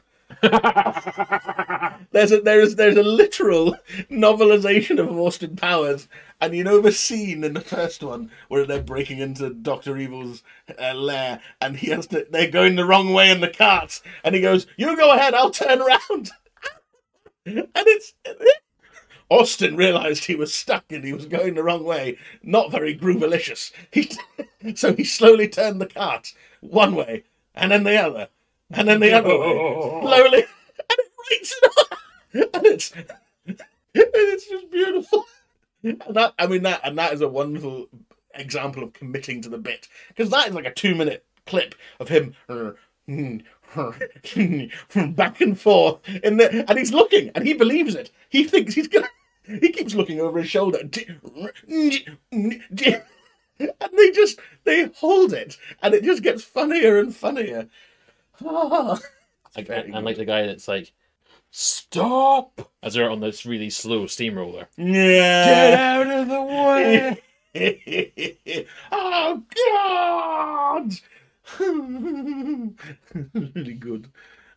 there's a there is there's a literal novelization of Austin Powers, and you know the scene in the first one where they're breaking into Doctor Evil's uh, lair, and he has to they're going the wrong way in the carts, and he goes, "You go ahead, I'll turn around," and it's. Austin realized he was stuck and he was going the wrong way. Not very groovalicious. He, so he slowly turned the cart one way, and then the other, and then the other Oh. way, slowly, and it rates it on. and it's and it's just beautiful. And that I mean that and that is a wonderful example of committing to the bit because that is like a two-minute clip of him from back and forth in the and he's looking and he believes it. He thinks he's gonna. He keeps looking over his shoulder. And they just they hold it, and it just gets funnier and funnier. Ah. Like, very and like the guy that's like, Stop! as they're on this really slow steamroller. Get Yeah. out of the way! oh God! really good.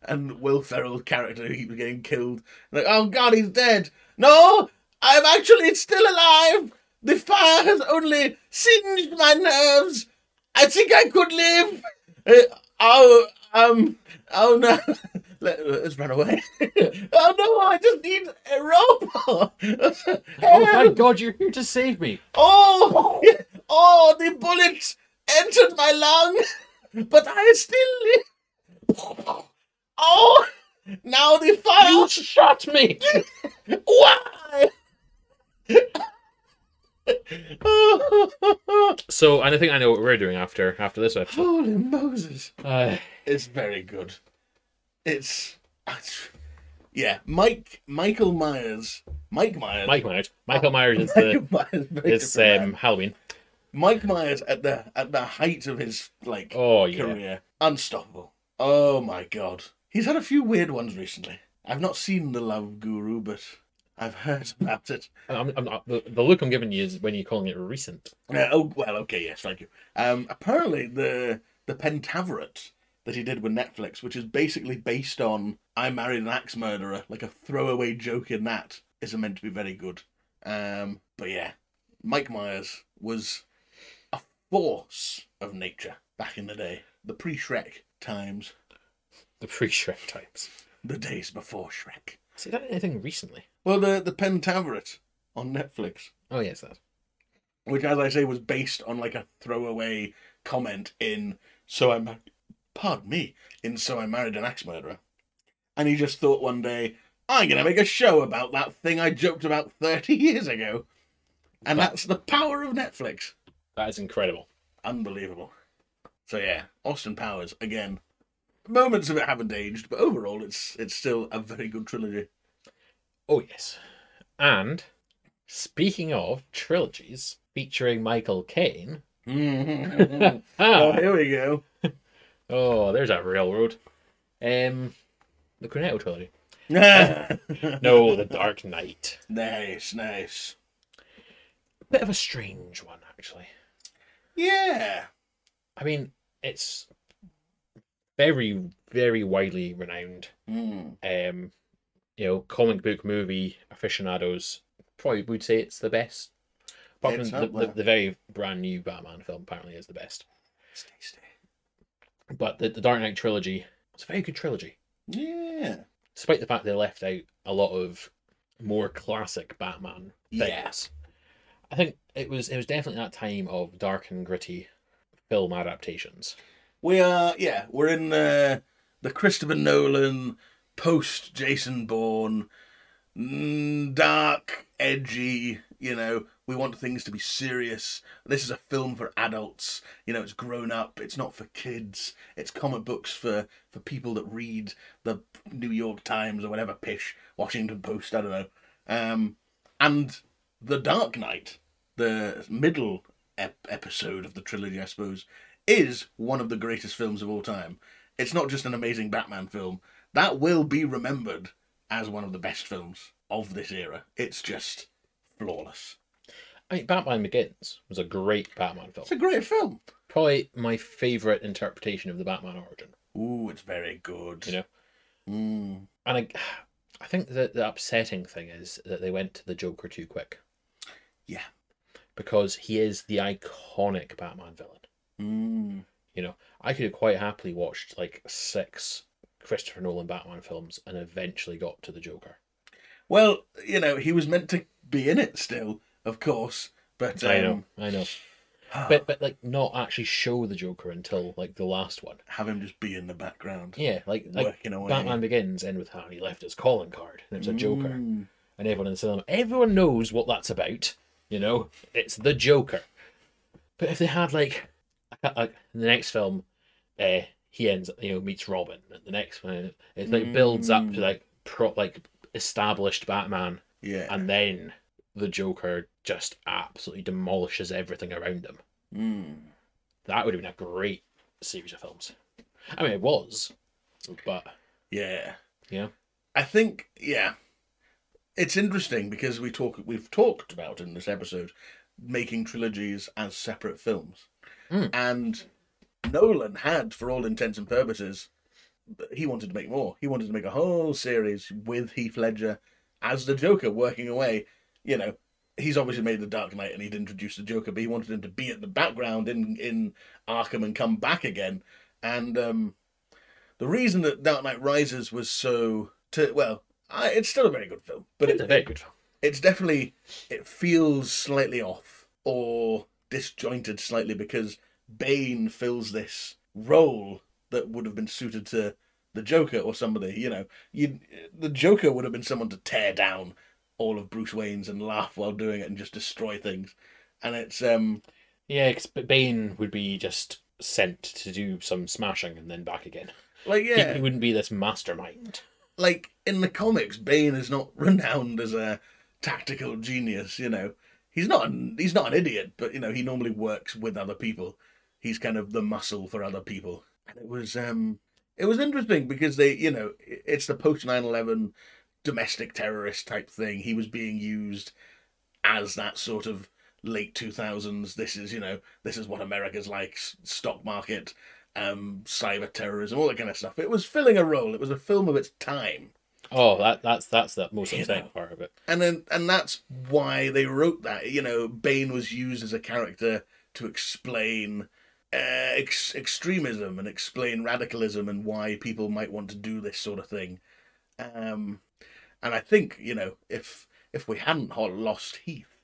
And Will Ferrell's character, he was getting killed. Like, oh God, he's dead. No, I'm actually still alive. The fire has only singed my nerves. I think I could live. Uh, oh, um, oh no. Let, let's run away. oh no, I just need a rope. Oh my god, you're here to save me. Oh, oh, the bullet entered my lung, but I still live. Oh, now the You fire. shot me. Why? So, and I think I know what we're doing after after this episode. Holy Moses. Uh, It's very good. It's. it's- Yeah, Mike, Michael Myers, Mike Myers, Mike Myers. Michael Myers is the Michael Myers, very is different um, man. Halloween. Mike Myers at the at the height of his like Oh yeah. career. Unstoppable. Oh my god. He's had a few weird ones recently. I've not seen The Love Guru, but I've heard about it. I'm, I'm not, the, the look I'm giving you is when you're calling it recent. Uh, oh well, okay, yes, thank you. Um, apparently the the Pentaveret that he did with Netflix, which is basically based on I Married an Axe Murderer, like a throwaway joke in that, isn't meant to be very good. Um, but yeah, Mike Myers was a force of nature back in the day, the pre-Shrek times, The pre-Shrek types. the days before Shrek. Has he done anything recently? Well, the the Pentaveret on Netflix, Oh yes, that. which, as I say, was based on like a throwaway comment in "So I," Mar- pardon me, in "So I Married an Axe Murderer," and he just thought one day, "I'm gonna make a show about that thing I joked about thirty years ago," and But- that's the power of Netflix. That is incredible. Unbelievable. So yeah, Austin Powers again. Moments of it haven't aged, but overall, it's it's still a very good trilogy. Oh yes. And speaking of trilogies featuring Michael Caine. oh, Ah, here we go. oh, there's that railroad. Um, the Cornetto trilogy. No, The Dark Knight. Nice, nice. Bit of a strange one, actually. Yeah. I mean, it's very, very widely renowned. Mm. Um, you know, comic book movie aficionados probably would say it's the best. Apart It's from the, up the, there. the very brand new Batman film, apparently is the best. Stay, stay. But the, the Dark Knight trilogy was a very good trilogy, Yeah. despite the fact they left out a lot of more classic Batman things. Yeah. I think it was it was definitely that time of dark and gritty film adaptations. We are, yeah, we're in uh, the Christopher Nolan post Jason Bourne, mm, dark, edgy, you know, we want things to be serious. This is a film for adults. You know, it's grown up, it's not for kids. It's comic books for, for people that read the New York Times or whatever pish, Washington Post, I don't know. Um, and The Dark Knight, the middle ep- episode of the trilogy, I suppose, is one of the greatest films of all time. It's not just an amazing Batman film. That will be remembered as one of the best films of this era. It's just flawless. I mean, Batman Begins was a great Batman film. It's a great film. Probably my favorite interpretation of the Batman origin. Ooh, it's very good. You know, Mm. and I, I think that the upsetting thing is that they went to the Joker too quick. Yeah. Because he is the iconic Batman villain. Mm. You know, I could have quite happily watched like six Christopher Nolan Batman films and eventually got to the Joker. Well, you know, he was meant to be in it still, of course, but um, I know, I know, but but like not actually show the Joker until like the last one. have him just be in the background, Yeah, like like working away. Batman Begins end with Harry left his calling card and it was a Joker. Mm. and everyone in the cinema, everyone knows what that's about. You know, it's the Joker. But if they had like, like, like the next film, uh, he ends you know meets Robin. And the next one, it like builds up to like pro like established Batman, Yeah. and then the Joker just absolutely demolishes everything around him. Mm. That would have been a great series of films. I mean, it was, but Yeah. Yeah. I- I think yeah, it's interesting because we talk we've talked about in this episode making trilogies as separate films, Mm. and Nolan had, for all intents and purposes, he wanted to make more. He wanted to make a whole series with Heath Ledger as the Joker working away. You know, he's obviously made the Dark Knight and he'd introduced the Joker, but he wanted him to be at the background in in Arkham and come back again. And um, the reason that Dark Knight Rises was so to, well, I, it's still a very good film, but It's a it, very good film. it's definitely it feels slightly off or disjointed slightly because Bane fills this role that would have been suited to the Joker or somebody. You know, you the Joker would have been someone to tear down all of Bruce Wayne's and laugh while doing it and just destroy things. And it's um Yeah, 'cause B- Bane would be just sent to do some smashing and then back again. like He- yeah, He, wouldn't be this mastermind. like in the comics, Bane is not renowned as a tactical genius. You know, he's not an, he's not an idiot, but you know he normally works with other people. He's kind of the muscle for other people, and it was um it was interesting because they you know i- it's the post 9-11 domestic terrorist type thing. He was being used as that sort of late two thousands. This is you know this is what America's like s- stock market um, cyber terrorism, all that kind of stuff. It was filling a role. It was a film of its time, Oh, that that's that's the most You upsetting know. part of it. and then and that's why they wrote that. You know, Bane was used as a character to explain uh, ex- extremism and explain radicalism and why people might want to do this sort of thing. Um, and I think you know if if we hadn't ho- lost Heath,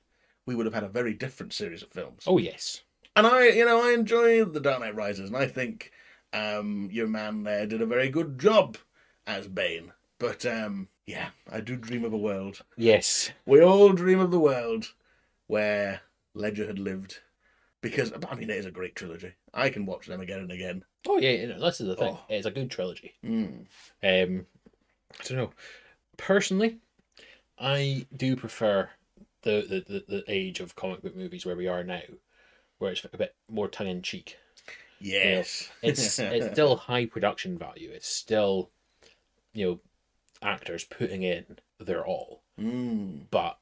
we would have had a very different series of films. Oh yes. And I, you know, I enjoy The Dark Knight Rises, and I think um, your man there did a very good job as Bane. But um, yeah, I do dream of a world. Yes. We all dream of the world where Ledger had lived. Because, I mean, it is a great trilogy. I can watch them again and again. Oh yeah, you know, this is the thing. Oh. It's a good trilogy. Mm. Um, I don't know. Personally, I do prefer the the, the, the age of comic book movies where we are now, where it's a bit more tongue in cheek. Yes. It's it's still high production value. It's still, you know, actors putting in their all, Mm. but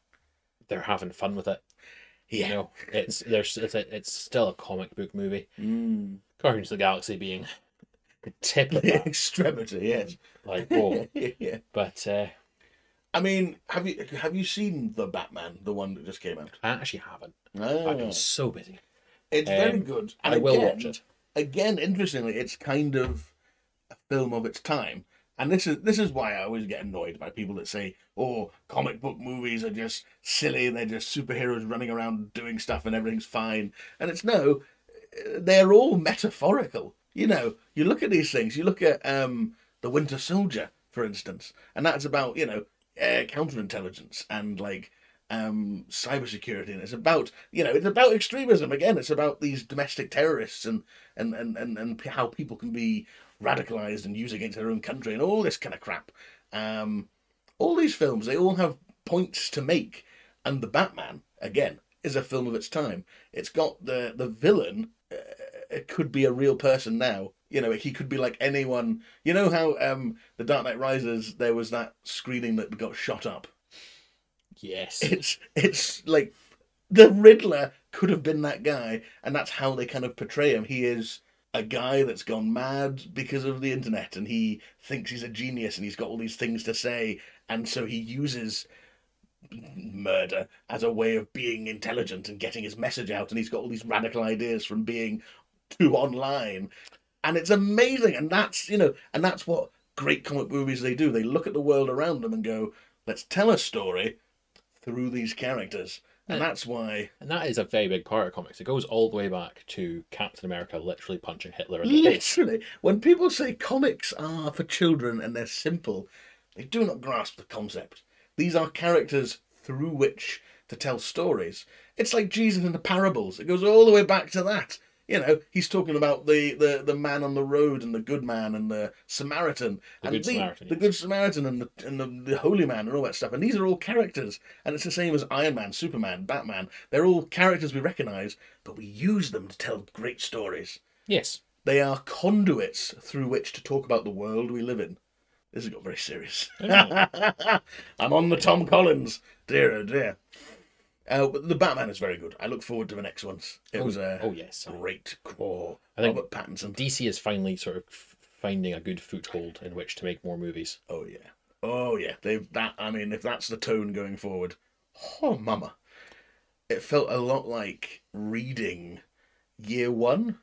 they're having fun with it. Yeah. You know, it's there's it's, a, it's still a comic book movie. Mm. Guardians of the Galaxy being the tip of that, Extremity, yes. like whoa. yeah. But uh, I mean, have you have you seen the Batman, the one that just came out? Ah. I actually haven't. I've No, been so busy. it's very um, good. I will watch it. Oh. again, interestingly, it's kind of a film of its time. And this is this is why I always get annoyed by people that say, "Oh, comic book movies are just silly. They're just superheroes running around doing stuff, and everything's fine." And it's no, uh, they're all metaphorical. You know, you look at these things. You look at um, the Winter Soldier, for instance, and that's about you know uh, counterintelligence and like um, cybersecurity, and it's about you know it's about extremism again. It's about these domestic terrorists and and and and, and p- how people can be radicalized and used against their own country and all this kind of crap. Um, all these films they all have points to make, and the Batman again is a film of its time. It's got the the villain. Uh, it could be a real person now. You know, he could be like anyone. You know how um, the Dark Knight Rises there was that screening that got shot up Yes. it's it's like the Riddler could have been that guy, and that's how they kind of portray him. He is a guy that's gone mad because of the internet, and he thinks he's a genius, and he's got all these things to say, and so he uses murder as a way of being intelligent and getting his message out, and he's got all these radical ideas from being too online, and it's amazing, and that's you know, and that's what great comic movies they do. They look at the world around them and go, let's tell a story through these characters, and Yeah. that's why And that is a very big part of comics. It goes all the way back to Captain America literally punching Hitler in the face. literally when people say comics are for children and they're simple, they do not grasp the concept. These are characters through which to tell stories. It's like Jesus and the parables. It goes all the way back to that. You know, he's talking about the, the, the man on the road and the good man and the Samaritan The and Good Samaritan, the yes. good Samaritan and the and the, the holy man and all that stuff. And these are all characters, and it's the same as Iron Man, Superman, Batman. They're all characters we recognise, but we use them to tell great stories. Yes. They are conduits through which to talk about the world we live in. This has got very serious. Oh. I'm on the Tom Collins. Dear, oh dear. Uh, but the Batman is very good. I look forward to the next ones. It was a oh, yes. great core. I think- Robert Pattinson. DC is finally sort of f- finding a good foothold in which to make more movies. Oh yeah. Oh yeah. They've that. I mean, if that's the tone going forward, oh mama, it felt a lot like reading year one.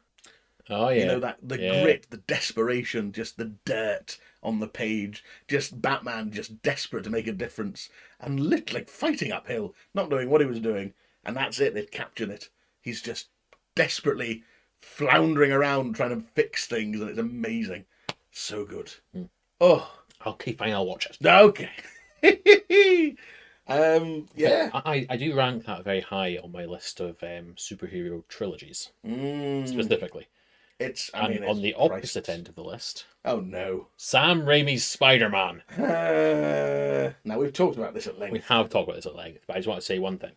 Oh yeah. You know that the Yeah. grit, the desperation, just the dirt on the page, just Batman just desperate to make a difference and lit like fighting uphill, not knowing what he was doing, and that's it, they've captured it. He's just desperately floundering around trying to fix things and it's amazing. So good. Hmm. Oh, I'll keep an eye. I'll watch it. okay. um yeah. I, I- I do rank that very high on my list of um, superhero trilogies Mm, specifically. it's I And mean, on it's the opposite priceless. end of the list, Oh no. Sam Raimi's Spider-Man. Uh, now we've talked about this at length. We have talked about this at length, but I just want to say one thing.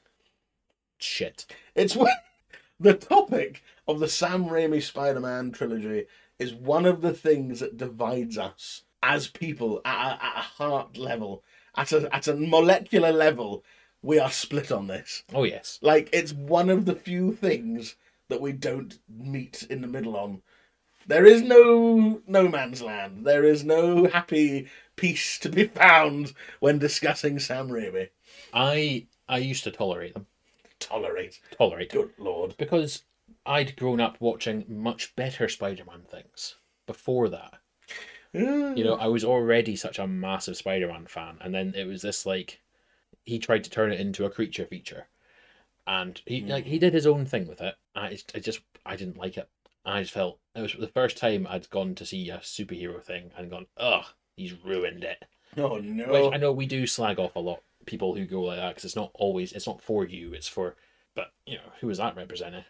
Shit. It's one- the topic of the Sam Raimi Spider Man trilogy is one of the things that divides us as people at a, at a heart level, at a, at a molecular level. We are split on this. Oh yes. Like, it's one of the few things that we don't meet in the middle on. There is no no man's land. There is no happy peace to be found when discussing Sam Raimi. I I used to tolerate them. Tolerate. Tolerate. Good lord. Because I'd grown up watching much better Spider-Man things before that. you Mm. know, I was already such a massive Spider Man fan, and then it was this like he tried to turn it into a creature feature, and he Mm. like he did his own thing with it. I just, I just I didn't like it. I just felt it was the first time I'd gone to see a superhero thing and gone, ugh, he's ruined it. Oh no. Which I know we do slag off a lot people who go like that because it's not always it's not for you, it's for but you know who is that representing?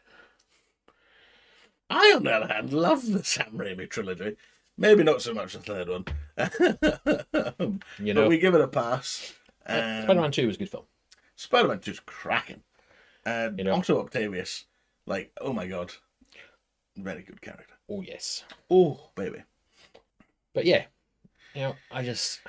I, on the other hand, love the Sam Raimi trilogy. Maybe not so much the third one. You But know, uh, we um, give it a pass. Spider Man Two was a good film. Spider Man just cracking. And You know. Otto Octavius, like, oh my god. Very good character. Oh yes. Oh, baby. But yeah, you know, I just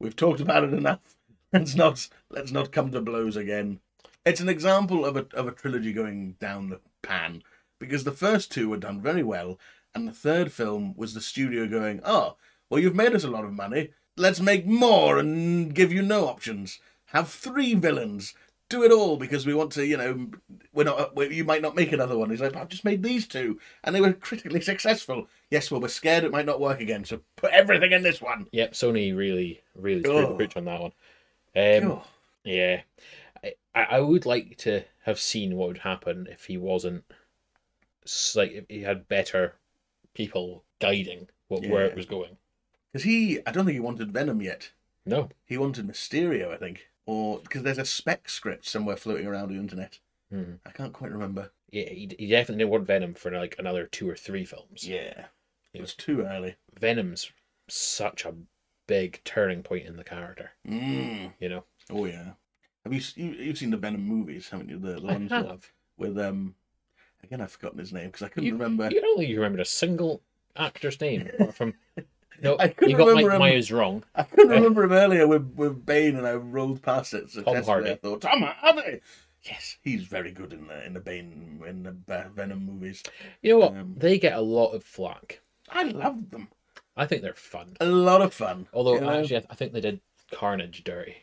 We've talked about it enough. Let's not let's not come to blows again. It's an example of a of a trilogy going down the pan because the first two were done very well, and the third film was the studio going, "Oh, well, you've made us a lot of money. Let's make more and give you no options. Have three villains. Do it all because we want to. You know, we're not. we- You might not make another one." He's like, "I've just made these two, and they were critically successful. Yes, well, we're scared it might not work again, so put everything in this one." Yep, Sony really, really screwed Oh. the pooch on that one. Um, Oh. yeah, I, I I would like to have seen what would happen if he wasn't s- like if he had better people guiding what where Yeah. it was going. Because he, I don't think he wanted Venom yet. No, He wanted Mysterio, I think, or because there's a spec script somewhere floating around the internet. Hmm. I can't quite remember. yeah, he, he definitely didn't want Venom for like another two or three films. Yeah, it was too early. Venom's such a big turning point in the character. Mm. You know, Oh yeah. Have you, s- you you've seen the Venom movies, haven't you? The, the ones I with- have. with um, again I've forgotten his name because I couldn't You- remember. You don't think you remembered a single actor's name apart from. No, I couldn't you got Mike remember him. Myers wrong. I couldn't Uh, remember him earlier with with Bane, and I rolled past it successfully. Hardy. I thought Tom Hardy. Yes, he's very good in the in the Bane in the Ba- Venom movies. You know what? Um, they get a lot of flack. I love them. I think they're fun. A lot of fun. Although you know? actually, I, th- I think they did Carnage dirty.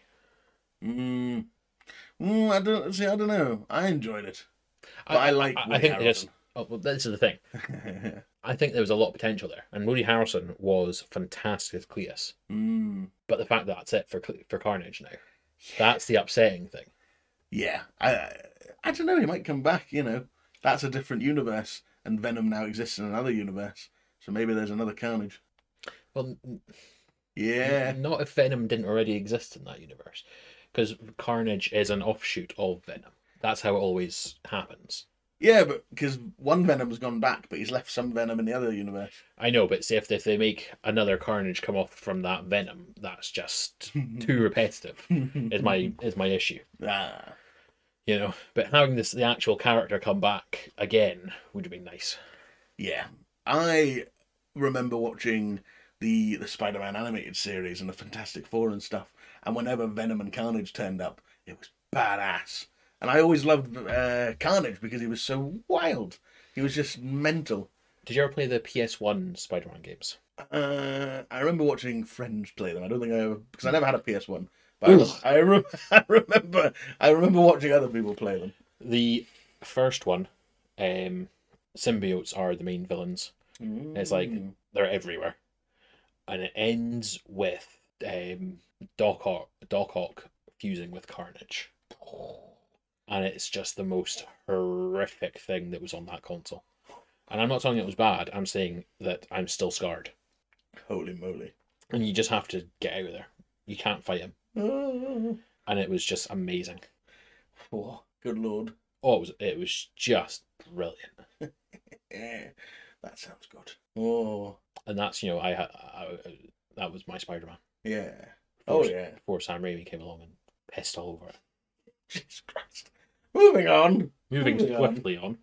Mm. Mm, I don't see. I don't know. I enjoyed it, but I, like. I, Woody think they just. Harrelson. Oh, well, this is the thing. I think there was a lot of potential there, and Woody Harrelson was fantastic as Cletus. mm. But the fact that that's it for Cle- for Carnage now, that's the upsetting thing. Yeah, I, I. I don't know. He might come back. You know, that's a different universe, and Venom now exists in another universe. So maybe there's another Carnage. Well, n- Yeah. not if Venom didn't already exist in that universe, because Carnage is an offshoot of Venom. That's how it always happens. Yeah, but because one Venom's gone back, but he's left some Venom in the other universe. I know, but see if if they make another Carnage come off from that Venom, that's just too repetitive. is my is my issue. ah. You know, but having this the actual character come back again would have been nice. Yeah. I remember watching the the Spider-Man animated series and the Fantastic Four and stuff. And whenever Venom and Carnage turned up, it was badass. And I always loved uh, Carnage because he was so wild. He was just mental. Did you ever play the PS1 Spider Man games? Uh, I remember watching friends play them. I don't think I ever because I never had a PS One, but I, I, re- I remember I remember watching other people play them. The first one, um, symbiotes are the main villains. It's like Mm, they're everywhere, and it ends with um, Doc Ock, Doc Ock fusing with Carnage, and it's just the most horrific thing that was on that console. And I'm not saying it was bad. I'm saying that I'm still scarred, holy moly! and you just have to get out of there. You can't fight him, Oh, and it was just amazing. good lord! Oh, it was, it was just brilliant. Yeah, that sounds good. Oh and that's you know I, ha- I, I that was my Spider Man yeah. Oh First. yeah. before Sam Raimi came along and pissed all over it. Jesus Christ. Moving on. Moving Moving on. swiftly on,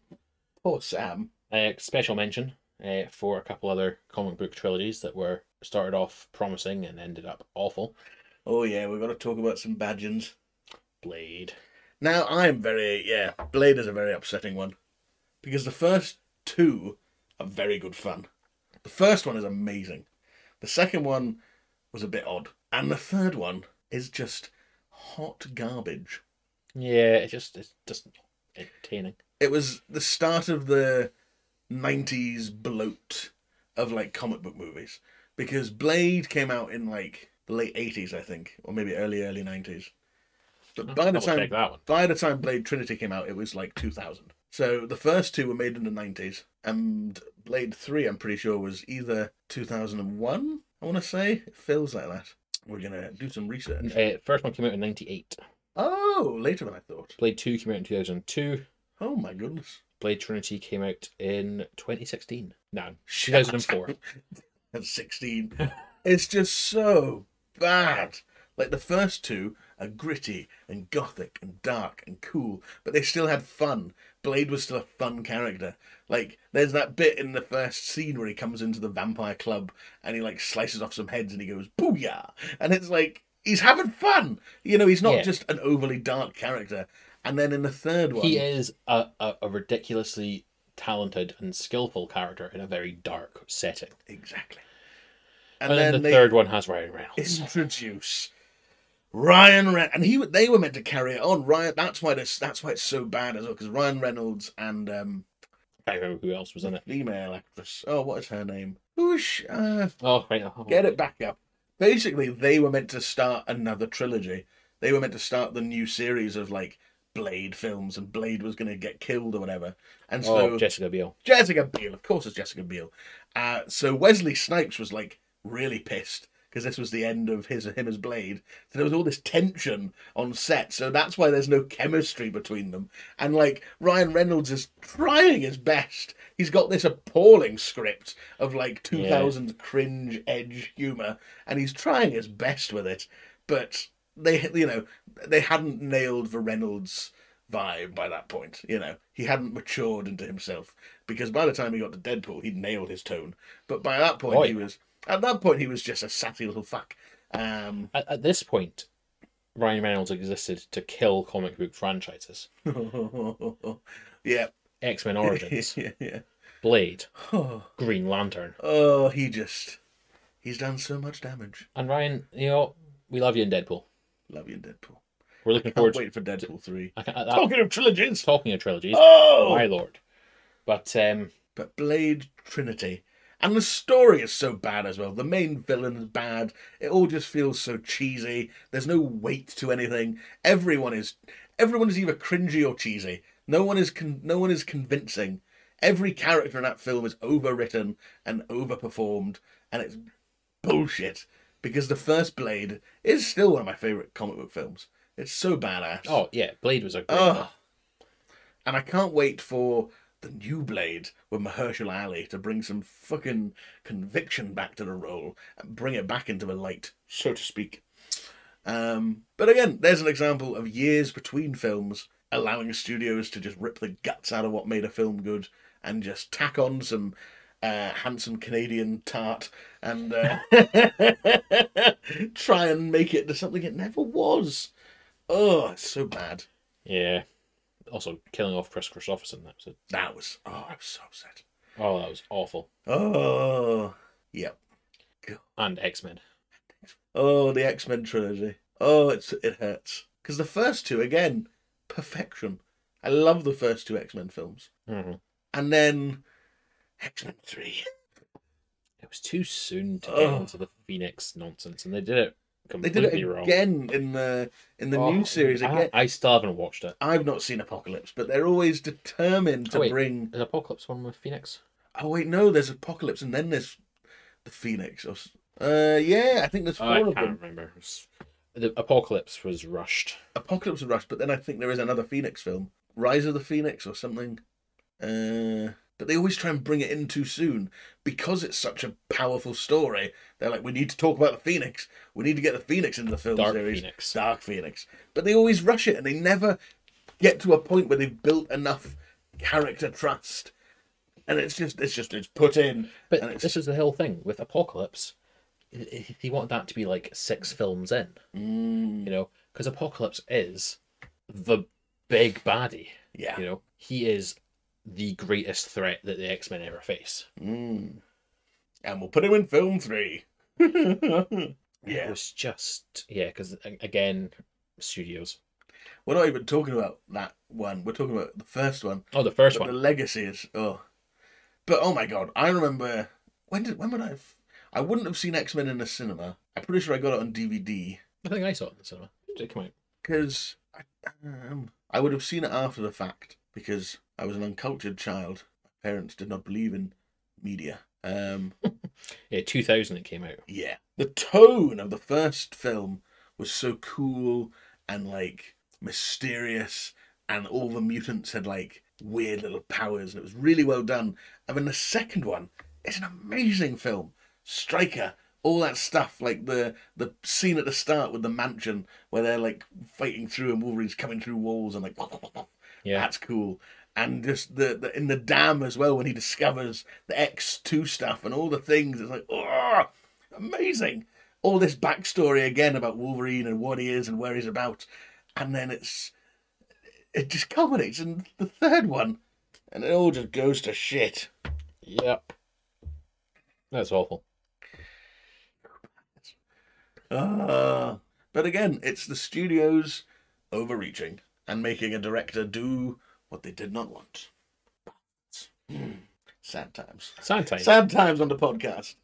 Poor Sam. uh, special mention uh, for a couple other comic book trilogies that were started off promising and ended up awful. Oh yeah, we've got to talk about some badgins. Blade, Now I'm very yeah. Blade is a very upsetting one because the first two are very good fun. The first one is amazing. The second one was a bit odd, and the third one is just hot garbage. yeah, it just it's just entertaining. It was the start of the '90s bloat of like comic book movies because Blade came out in like the late '80s, I think, or maybe early early '90s. But by the I'll time check that one. by the time Blade Trinity came out, it was like 2000. So the first two were made in the 90s, and Blade 3, I'm pretty sure, was either 2001, I want to say. It feels like that. We're going to do some research. Uh, first one came out in '98. Oh, later than I thought. Blade Two came out in 2002. Oh my goodness. Blade Trinity came out in 2016. No, Shit. 2004. At 16. it's just so bad. Like the first two are gritty and gothic and dark and cool, but they still had fun. Blade was still a fun character. Like there's that bit in the first scene where he comes into the vampire club and he like slices off some heads and he goes booyah, and it's like he's having fun. You know, he's not Yeah. just an overly dark character. And then in the third one, He is a, a, a ridiculously talented and skillful character in a very dark setting. exactly. And, then, the third one has Ryan Reynolds. introduce Ryan Reynolds, and he w- they were meant to carry it on. Ryan, that's why this, that's why it's so bad as well because Ryan Reynolds and um, I can't remember who else was in it. female actress. Oh, what is her name? Who is she? Uh, Oh, right. oh, get it back up. Basically, they were meant to start another trilogy. They were meant to start the new series of like Blade films, and Blade was going to get killed or whatever. And so Oh, Jessica Biel. Jessica Biel, of course, it's Jessica Biel. Uh, so Wesley Snipes was like really pissed because this was the end of his him as Blade. So there was all this tension on set. So that's why there's no chemistry between them. And like Ryan Reynolds is trying his best. He's got this appalling script of like 2000s cringe edge humor, and he's trying his best with it. But they, you know, they hadn't nailed the Reynolds vibe by that point. You know, he hadn't matured into himself because by the time he got to Deadpool, he'd nailed his tone. But by that point, Oh, he yeah. was at that point he was just a sassy little fuck. Um, At, at this point, Ryan Reynolds existed to kill comic book franchises. yeah, X Men Origins, yeah, yeah. Blade, Oh, Green Lantern. oh, he just he's done so much damage. And Ryan, you know, we love you in Deadpool. Love you, Deadpool. We're looking Can't forward Oh, wait for Deadpool three. I can't, at that, Talking of trilogies, talking of trilogies. oh, My lord. But um, but Blade Trinity. And the story is so bad as well. The main villain is bad. It all just feels so cheesy. There's no weight to anything. Everyone is everyone is either cringy or cheesy. No one is con- no one is convincing. Every character in that film is overwritten and overperformed, and it's bullshit. Because the first Blade is still one of my favorite comic book films. It's so badass. oh yeah, Blade was a great Ugh. And I can't wait for the new Blade with Mahershala Ali to bring some fucking conviction back to the role and bring it back into the light, so to speak. Um, but again, there's an example of years between films allowing studios to just rip the guts out of what made a film good and just tack on some uh, handsome Canadian tart and uh, try and make it to something it never was. Oh, it's so bad. Yeah. Also, killing off Chris Christopherson. That was That was oh, I was so upset. it. Oh, that was awful. Oh, yep. And X Men. Oh, the X Men trilogy. Oh, it's it hurts because the first two again, perfection. I love the first two X Men films, hmm and then X Men Three. It was too soon to get Ugh. into the Phoenix nonsense, and they did it They completely did it wrong. again in the in the Oh, new series again. I, I still haven't watched it. I've not seen Apocalypse, but they're always determined to Oh, wait. bring. Is Apocalypse one with Phoenix? Oh wait, no, there's Apocalypse, and then there's the Phoenix. Or... s- Uh, yeah, I think there's four Oh, I of can't them. remember. It was- The Apocalypse was rushed. Apocalypse and Rush, but then I think there is another Phoenix film, Rise of the Phoenix or something. Uh, but they always try and bring it in too soon because it's such a powerful story. They're like, we need to talk about the Phoenix. We need to get the Phoenix into the film Dark series. Phoenix. Dark Phoenix. But they always rush it and they never get to a point where they've built enough character trust. And it's just, it's just, it's put in. and But it's, this is the whole thing with Apocalypse. i- i- He wanted that to be like six films in, Mm, you know, because Apocalypse is the big baddie. yeah. You know, he is the greatest threat that the X Men ever face. Mm. And we'll put him in film three. It yeah. was just yeah, because again, studios. We're not even talking about that one. We're talking about the first one. Oh, the first But the one. legacy is oh, but oh my god! I remember when did when would I? Have, I wouldn't have seen X Men in the cinema. I'm pretty sure I got it on DVD I think I saw it in the cinema. When Did it come out? because I, um, I would have seen it after the fact because I was an uncultured child. My parents did not believe in media. Um, Yeah, two thousand. It came out. Yeah. The tone of the first film was so cool and like mysterious, and all the mutants had like weird little powers, and it was really well done. And then the second one is an amazing film. Striker, all that stuff, like the the scene at the start with the mansion where they're like fighting through and Wolverine's coming through walls and like Yeah, that's cool. And just the, the in the dam as well when he discovers the X two stuff and all the things. It's like, oh, amazing! All this backstory again about Wolverine and what he is and where he's about, and then it's it just culminates in the third one, and it all just goes to shit. yep. That's awful. Ah, but again, it's the studios overreaching and making a director do what they did not want. Hmm. Sad times. Sad times. Sad times on the podcast.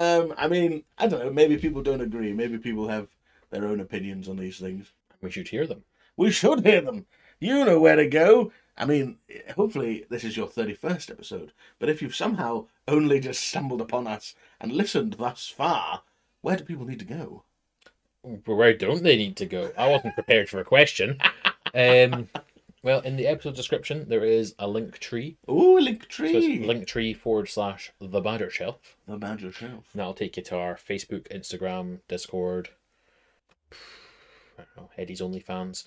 Um, I mean, I don't know. Maybe people don't agree. Maybe people have their own opinions on these things. We should hear them. We should hear them. You know where to go. I mean, hopefully this is your thirty-first episode. But if you've somehow only just stumbled upon us and listened thus far, where do people need to go? But where don't they need to go? I wasn't prepared for a question. Um, well, in the episode description, there is a link tree. Oh, link So it's tree. link tree forward slash the badger shelf. the badger shelf. And that'll take you to our Facebook, Instagram, Discord. I don't know, Eddie's OnlyFans.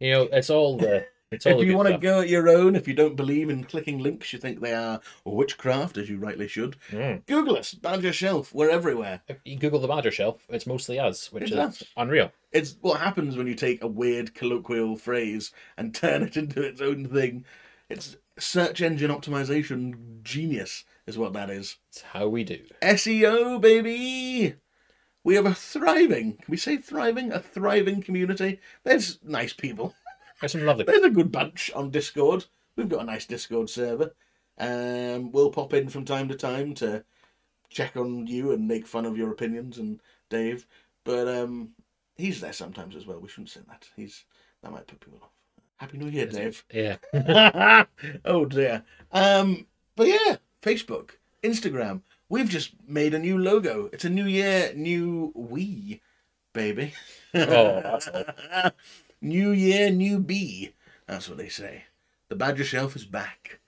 You know, it's all the. It's all If the you good want to stuff. go at your own, if you don't believe in clicking links, you think they are witchcraft, as you rightly should. Mm. Google us, Badger Shelf. We're everywhere. If you Google the badger shelf, it's mostly us, which It's is us. unreal. It's what happens when you take a weird colloquial phrase and turn it into its own thing. It's search engine optimization genius, is what that is. It's how we do. SEO, baby! We have a thriving, can we say thriving? A thriving community. There's nice people. There's some lovely. There's a good bunch on Discord. We've got a nice Discord server. Um, we'll pop in from time to time to check on you and make fun of your opinions and Dave. But um, he's there sometimes as well. We shouldn't say that. He's that might put people off. Happy New Year, Dave. Yeah. oh dear. Um, but yeah, Facebook, Instagram. We've just made a new logo. It's a new year, new we, baby. Oh, that's awful. New year, new B. That's what they say. The badger shelf is back.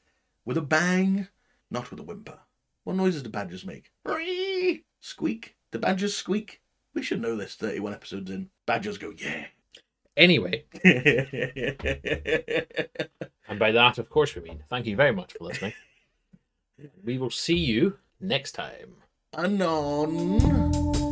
With a bang, not with a whimper. What noises do badgers make? Brrrr! Squeak? Do badgers squeak? We should know this 31 episodes in. Badgers go, yeah. Anyway, and by that, of course, we mean thank you very much for listening. We will see you next time. Anon.